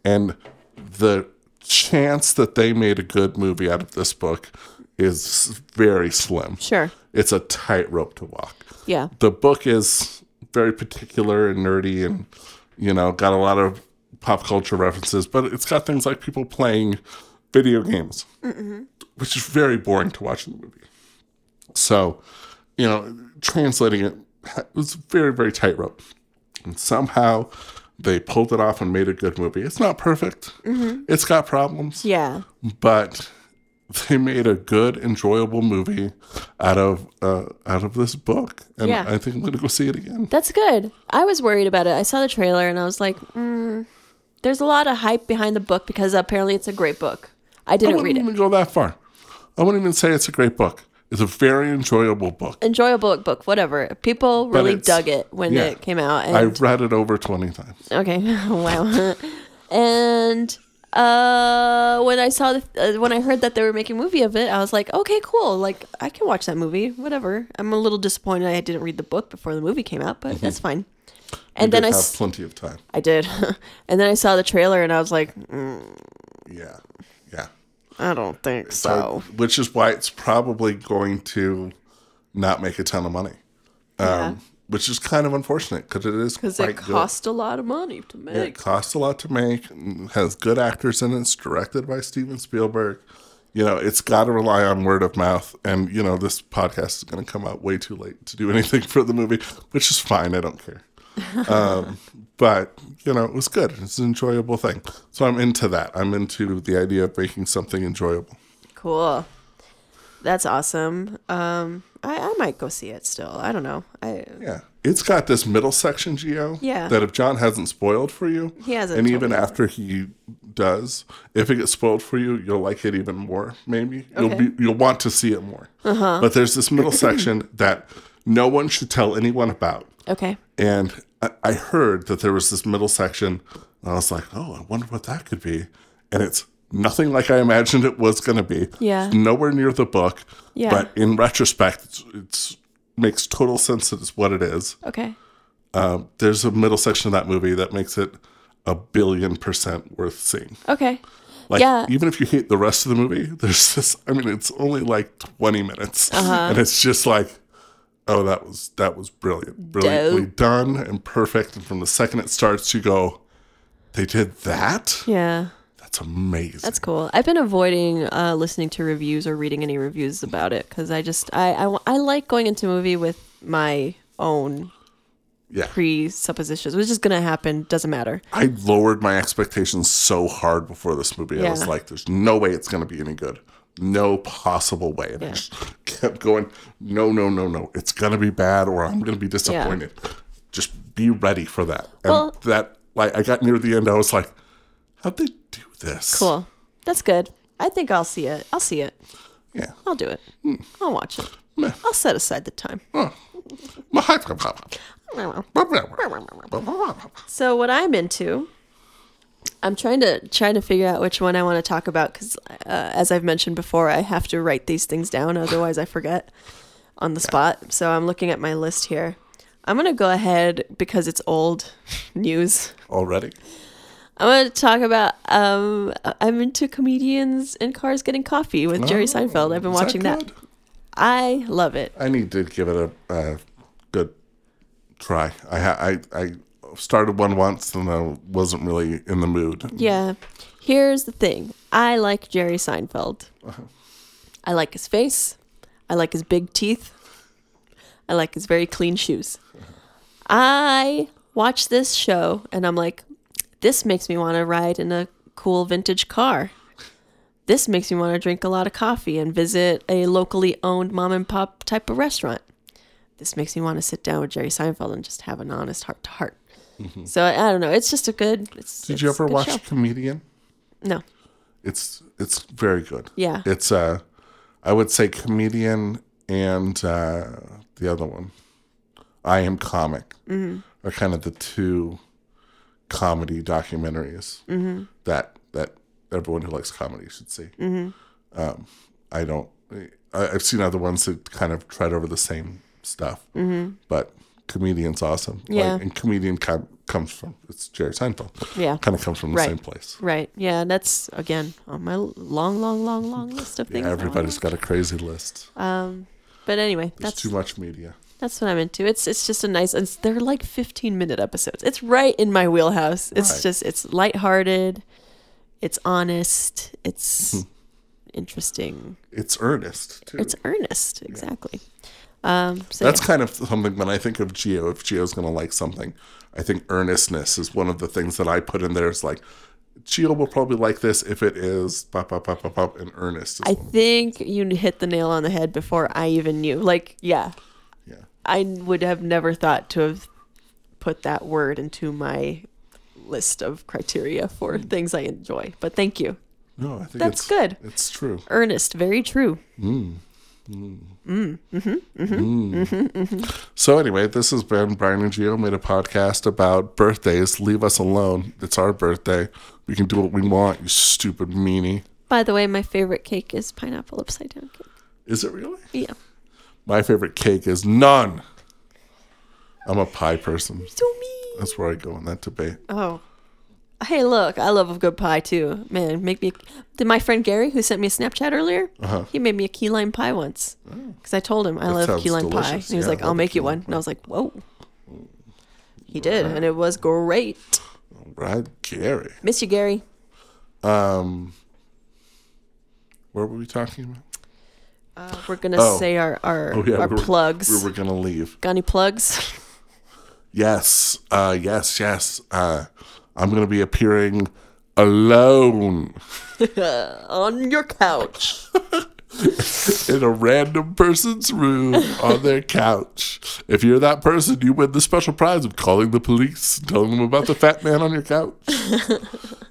[SPEAKER 2] and the chance that they made a good movie out of this book is very slim
[SPEAKER 1] <laughs> Sure.
[SPEAKER 2] it's a tightrope to walk.
[SPEAKER 1] Yeah.
[SPEAKER 2] The book is very particular and nerdy and, you know, got a lot of pop culture references, but it's got things like people playing video games, which is very boring to watch in the movie. So, you know, translating it ha- was very, very tightrope. And somehow they pulled it off and made a good movie. It's not perfect, it's got problems
[SPEAKER 1] Yeah.
[SPEAKER 2] but they made a good, enjoyable movie out of uh, out of this book, and
[SPEAKER 1] Yeah.
[SPEAKER 2] I think I'm gonna go see it again.
[SPEAKER 1] That's good. I was worried about it. I saw the trailer and I was like, mm, there's a lot of hype behind the book because apparently it's a great book. I
[SPEAKER 2] I
[SPEAKER 1] didn't
[SPEAKER 2] wouldn't
[SPEAKER 1] read it.
[SPEAKER 2] even go that far. I wouldn't even say it's a great book. It's a very enjoyable book.
[SPEAKER 1] Enjoyable book, whatever. People really
[SPEAKER 2] it's-
[SPEAKER 1] dug it when
[SPEAKER 2] yeah.
[SPEAKER 1] it came out.
[SPEAKER 2] I
[SPEAKER 1] And,
[SPEAKER 2] read it over twenty times.
[SPEAKER 1] okay. <laughs> wow. and uh, when I saw the, uh, when I heard that they were making a movie of it, I was like, okay, cool. Like I can watch that movie. Whatever. I'm a little disappointed I didn't read the book before the movie came out, but that's fine. And
[SPEAKER 2] Mm-hmm. Did
[SPEAKER 1] then I
[SPEAKER 2] have
[SPEAKER 1] s-
[SPEAKER 2] plenty of time.
[SPEAKER 1] I did. <laughs> and then I saw the trailer and I was like, mm,
[SPEAKER 2] Yeah, yeah.
[SPEAKER 1] I don't think
[SPEAKER 2] So,
[SPEAKER 1] so.
[SPEAKER 2] which is why it's probably going to not make a ton of money. Um, Which is kind of unfortunate because it is
[SPEAKER 1] Because
[SPEAKER 2] quite
[SPEAKER 1] it
[SPEAKER 2] good.
[SPEAKER 1] cost a lot of money to
[SPEAKER 2] Yeah, It
[SPEAKER 1] make.
[SPEAKER 2] costs a lot to make. Has good actors in it. It's directed by Steven Spielberg. You know, it's got to rely on word of mouth. And you know, this podcast is going to come out way too late to do <laughs> anything for the movie, which is fine. I don't care. um, but you know, it was good. It's an enjoyable thing. So I'm into that. I'm into the idea of making something enjoyable.
[SPEAKER 1] Cool. That's awesome. Um, I, I might go see it still. I don't know. I
[SPEAKER 2] Yeah. It's got this middle section, Geo.
[SPEAKER 1] Yeah.
[SPEAKER 2] That if John hasn't spoiled for you,
[SPEAKER 1] He hasn't
[SPEAKER 2] And
[SPEAKER 1] told
[SPEAKER 2] even
[SPEAKER 1] me.
[SPEAKER 2] after he does, if it gets spoiled for you, you'll like it even more. Maybe
[SPEAKER 1] Okay.
[SPEAKER 2] you'll be you'll want to see it more. Uh-huh. But there's this middle section that no one should tell anyone about.
[SPEAKER 1] okay.
[SPEAKER 2] And I, I heard that there was this middle section, and I was like, oh, I wonder what that could be. And it's nothing like I imagined it was going to be.
[SPEAKER 1] Yeah.
[SPEAKER 2] It's nowhere near the book.
[SPEAKER 1] Yeah.
[SPEAKER 2] But in retrospect, it's, it's makes total sense that it's what it is.
[SPEAKER 1] Okay.
[SPEAKER 2] Um, there's a middle section of that movie that makes it a billion percent worth seeing.
[SPEAKER 1] Okay.
[SPEAKER 2] Like,
[SPEAKER 1] Yeah.
[SPEAKER 2] even if you hate the rest of the movie, there's this. I mean, it's only like 20 minutes,
[SPEAKER 1] Uh-huh.
[SPEAKER 2] and it's just like, oh, that was that was brilliant, brilliantly
[SPEAKER 1] Dope.
[SPEAKER 2] done and perfect. And from the second it starts, you go, they did that.
[SPEAKER 1] Yeah.
[SPEAKER 2] That's amazing.
[SPEAKER 1] That's cool. I've been avoiding uh, listening to reviews or reading any reviews about it because I just I, I wa- I like going into a movie with my own
[SPEAKER 2] yeah.
[SPEAKER 1] presuppositions, which is gonna happen. Doesn't matter.
[SPEAKER 2] I lowered my expectations so hard before this movie. I was
[SPEAKER 1] Yeah.
[SPEAKER 2] like, there's no way it's going to be any good. no possible way. And I just <laughs> kept going, no, no, no, no. It's going to be bad or I'm going to be disappointed. Just be ready for that. And
[SPEAKER 1] Well-
[SPEAKER 2] that, like, I got near the end. I was like, how'd they do this?
[SPEAKER 1] Cool. That's good. I think I'll see it. I'll see it.
[SPEAKER 2] Yeah. <laughs>
[SPEAKER 1] I'll do it. I'll watch it. I'll set aside the time. So what I'm into, I'm trying to trying to figure out which one I want to talk about because, uh, as I've mentioned before, I have to write these things down, otherwise I forget on the spot. So I'm looking at my list here. I'm gonna go ahead because it's old news.
[SPEAKER 2] Already?
[SPEAKER 1] I'm gonna talk about um, I'm into comedians and cars getting coffee with Jerry Seinfeld. I've been
[SPEAKER 2] Oh, Is that
[SPEAKER 1] watching that.
[SPEAKER 2] good?
[SPEAKER 1] I love it.
[SPEAKER 2] I need to give it a, a good try. I, ha- I I started one once and I wasn't really in the mood.
[SPEAKER 1] Yeah. Here's the thing. I like Jerry Seinfeld.
[SPEAKER 2] Uh-huh.
[SPEAKER 1] I like his face. I like his big teeth. I like his very clean shoes.
[SPEAKER 2] Uh-huh.
[SPEAKER 1] I watch this show and I'm like, this makes me want to ride in a cool vintage car. This makes me want to drink a lot of coffee and visit a locally owned mom and pop type of restaurant. This makes me want to sit down with Jerry Seinfeld and just have an honest heart to heart. So I, I don't know. It's just a good. It's,
[SPEAKER 2] Mm-hmm. Did you
[SPEAKER 1] it's a
[SPEAKER 2] ever
[SPEAKER 1] good
[SPEAKER 2] watch
[SPEAKER 1] show.
[SPEAKER 2] Comedian?
[SPEAKER 1] No.
[SPEAKER 2] It's it's very good.
[SPEAKER 1] Yeah.
[SPEAKER 2] It's uh I would say Comedian and uh the other one. I am comic
[SPEAKER 1] Mm-hmm.
[SPEAKER 2] are kind of the two comedy documentaries
[SPEAKER 1] Mm-hmm.
[SPEAKER 2] that that everyone who likes comedy should see. Um,
[SPEAKER 1] Mm-hmm.
[SPEAKER 2] I don't. I, I've seen other ones that kind of tread over the same stuff, but comedian's awesome. Like,
[SPEAKER 1] Mm-hmm. Yeah.
[SPEAKER 2] and comedian com- comes from it's Jerry Seinfeld.
[SPEAKER 1] Yeah.
[SPEAKER 2] kind of comes from the
[SPEAKER 1] Right.
[SPEAKER 2] same place.
[SPEAKER 1] Right. Yeah. and That's again on my l- long, long, long, long list of things. I wanna
[SPEAKER 2] Everybody's
[SPEAKER 1] watch.
[SPEAKER 2] got a crazy list.
[SPEAKER 1] But anyway,
[SPEAKER 2] There's
[SPEAKER 1] that's
[SPEAKER 2] too much media.
[SPEAKER 1] that's what I'm into. It's it's just a nice. It's, they're like 15 minute episodes. It's right in my wheelhouse. It's
[SPEAKER 2] Right.
[SPEAKER 1] just it's lighthearted. It's honest.
[SPEAKER 2] Hmm.
[SPEAKER 1] It's interesting.
[SPEAKER 2] It's earnest too.
[SPEAKER 1] It's earnest. Exactly. Um. So
[SPEAKER 2] That's
[SPEAKER 1] yeah.
[SPEAKER 2] kind of something when I think of Geo. If Geo's going to like something, I think earnestness is one of the things that I put in there. It's like Geo will probably like this if it is pop pop pop pop pop and earnest. Is
[SPEAKER 1] I
[SPEAKER 2] one of-
[SPEAKER 1] think you hit the nail on the head before I even knew. Like, yeah,
[SPEAKER 2] yeah,
[SPEAKER 1] I would have never thought to have put that word into my list of criteria for things I enjoy. But thank you.
[SPEAKER 2] no, I think
[SPEAKER 1] That's
[SPEAKER 2] Hmm. it's,
[SPEAKER 1] good.
[SPEAKER 2] It's true.
[SPEAKER 1] Ernest, very true.
[SPEAKER 2] So anyway, this has been Brian and Geo made a podcast about birthdays. Leave us alone. It's our birthday. We can do what we want. You stupid meanie.
[SPEAKER 1] By the way, my favorite cake is pineapple upside down cake.
[SPEAKER 2] Is it really?
[SPEAKER 1] Yeah.
[SPEAKER 2] My favorite cake is none. I'm a pie person.
[SPEAKER 1] So me.
[SPEAKER 2] That's where I go in that debate.
[SPEAKER 1] Oh. Hey, look, I love a good pie too. Man, make me. Did my friend Gary, who sent me a Snapchat earlier, he made me a key lime pie once. Because I told him I love
[SPEAKER 2] Uh-huh. Oh. sounds
[SPEAKER 1] key lime pie. And
[SPEAKER 2] delicious.
[SPEAKER 1] he was
[SPEAKER 2] Yeah, I
[SPEAKER 1] like,
[SPEAKER 2] love
[SPEAKER 1] I'll
[SPEAKER 2] a
[SPEAKER 1] make
[SPEAKER 2] key
[SPEAKER 1] you
[SPEAKER 2] lime Mm. Uh-huh.
[SPEAKER 1] one. And I was like, whoa. He did. And it was great.
[SPEAKER 2] Right, Gary.
[SPEAKER 1] Miss you, Gary.
[SPEAKER 2] Um, what were we talking about?
[SPEAKER 1] We're gonna
[SPEAKER 2] Oh.
[SPEAKER 1] say our our, our
[SPEAKER 2] we were-
[SPEAKER 1] plugs.
[SPEAKER 2] We were gonna leave.
[SPEAKER 1] Got any plugs?
[SPEAKER 2] Yes, uh, yes, yes. Uh, I'm gonna be appearing alone
[SPEAKER 1] <laughs> On your couch.
[SPEAKER 2] in a random person's room on their couch. If you're that person, you win the special prize of calling the police and telling them about the fat man on your couch.
[SPEAKER 1] <laughs>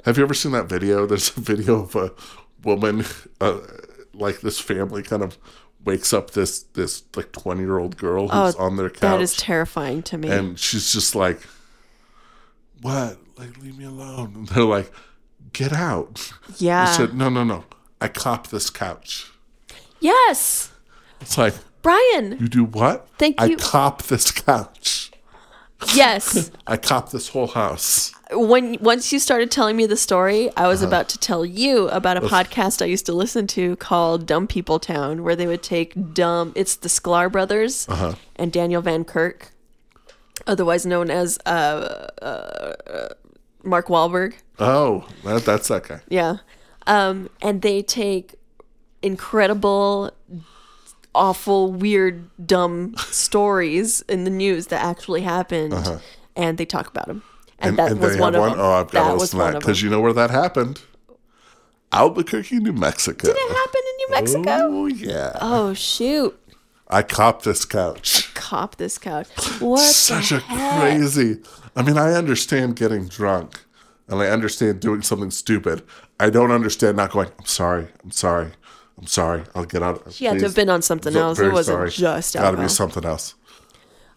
[SPEAKER 2] Have you ever seen that video? There's a video of a woman, uh, like this family, kind of wakes up this this like 20 year old girl who's
[SPEAKER 1] Oh,
[SPEAKER 2] on their couch.
[SPEAKER 1] That is terrifying to me.
[SPEAKER 2] and she's just like, "What? Like, leave me alone." And they're like, "Get out!" I
[SPEAKER 1] yeah.
[SPEAKER 2] said, "No, no, no. I cop this couch."
[SPEAKER 1] Yes,
[SPEAKER 2] It's like,
[SPEAKER 1] Brian.
[SPEAKER 2] <laughs> "You do what?"
[SPEAKER 1] Thank
[SPEAKER 2] I
[SPEAKER 1] you.
[SPEAKER 2] cop this couch.
[SPEAKER 1] Yes.
[SPEAKER 2] I cop this whole house.
[SPEAKER 1] when once you started telling me the story, I
[SPEAKER 2] Uh-huh.
[SPEAKER 1] was about to tell you about a podcast I used to listen to called Dumb People Town, where they would take dumb. It's the Sklar brothers
[SPEAKER 2] Uh-huh.
[SPEAKER 1] and Daniel Van Kirk, otherwise known as uh, uh, uh, Mark Wahlberg.
[SPEAKER 2] Oh, that, that's that guy.
[SPEAKER 1] Yeah. Um, and they take incredible, awful, weird, dumb stories in the news that actually happened, and they talk about them. And, that was
[SPEAKER 2] Uh-huh. they
[SPEAKER 1] one
[SPEAKER 2] have
[SPEAKER 1] of them.
[SPEAKER 2] Oh, I've got
[SPEAKER 1] that
[SPEAKER 2] to
[SPEAKER 1] was
[SPEAKER 2] listen to
[SPEAKER 1] one
[SPEAKER 2] that
[SPEAKER 1] of them.
[SPEAKER 2] because you know where that happened. Albuquerque, New Mexico.
[SPEAKER 1] Did it happen in New Mexico?
[SPEAKER 2] Oh yeah.
[SPEAKER 1] Oh shoot!
[SPEAKER 2] I copped this couch.
[SPEAKER 1] Cop this couch. What?
[SPEAKER 2] Such
[SPEAKER 1] the
[SPEAKER 2] a
[SPEAKER 1] heck?
[SPEAKER 2] crazy. I mean, I understand getting drunk and I understand doing something stupid. I don't understand not going, I'm sorry, I'm sorry, I'm sorry, I'll get out.
[SPEAKER 1] She had to have been on something else. It wasn't just
[SPEAKER 2] Gotta
[SPEAKER 1] alcohol. Um,
[SPEAKER 2] be something else.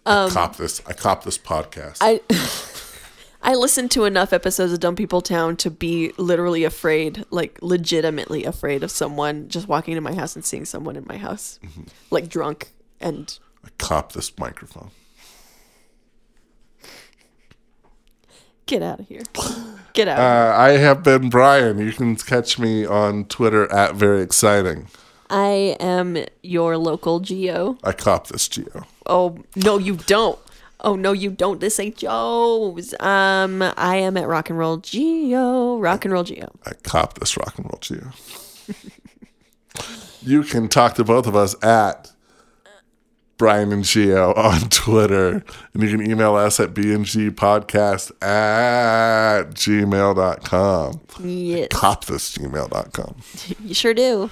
[SPEAKER 2] I cop this. I cop this podcast.
[SPEAKER 1] I <laughs> I listened to enough episodes of Dumb People Town to be literally afraid, like legitimately afraid of someone just walking into my house and seeing someone in my house,
[SPEAKER 2] Mm-hmm.
[SPEAKER 1] like drunk and
[SPEAKER 2] I cop this microphone.
[SPEAKER 1] get out of here, get out.
[SPEAKER 2] Uh, I have been Brian. You can catch me on Twitter at very exciting.
[SPEAKER 1] I am your local geo.
[SPEAKER 2] I cop this geo.
[SPEAKER 1] Oh no, you don't. Oh no, you don't. This ain't Joe's. Um, I am at Rock and Roll Geo. Rock and Roll Geo.
[SPEAKER 2] I cop this rock and roll geo. you can talk to both of us at Brian and Geo on <laughs> Twitter. And you can email us at bngpodcast at gmail.com.
[SPEAKER 1] Yes,
[SPEAKER 2] Cop this gmail.com.
[SPEAKER 1] you sure do.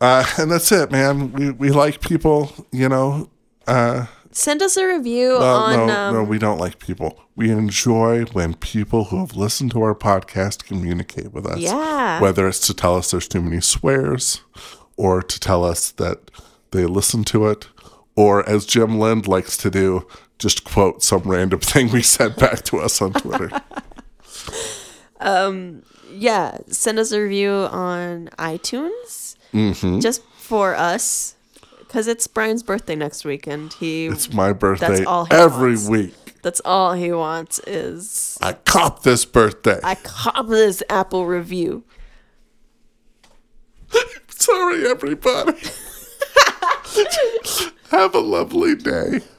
[SPEAKER 2] Uh, and that's it, man. We, we like people, you know. Uh,
[SPEAKER 1] Send us a review
[SPEAKER 2] Oh,
[SPEAKER 1] on.
[SPEAKER 2] no,
[SPEAKER 1] um,
[SPEAKER 2] no, we don't like people. We enjoy when people who have listened to our podcast communicate with us.
[SPEAKER 1] Yeah.
[SPEAKER 2] Whether it's to tell us there's too many swears or to tell us that they listened to it, or as Jim Lind likes to do, just quote some random <laughs> thing we sent back to us
[SPEAKER 1] <laughs>
[SPEAKER 2] on Twitter.
[SPEAKER 1] yeah, send us a review on iTunes
[SPEAKER 2] Mm-hmm.
[SPEAKER 1] just for us because it's Brian's birthday next week, and he
[SPEAKER 2] it's my birthday
[SPEAKER 1] all he
[SPEAKER 2] every
[SPEAKER 1] wants.
[SPEAKER 2] week.
[SPEAKER 1] that's all he wants is
[SPEAKER 2] I cop this birthday.
[SPEAKER 1] I cop this Apple review. <laughs>
[SPEAKER 2] <laughs> Sorry, everybody. have a lovely day.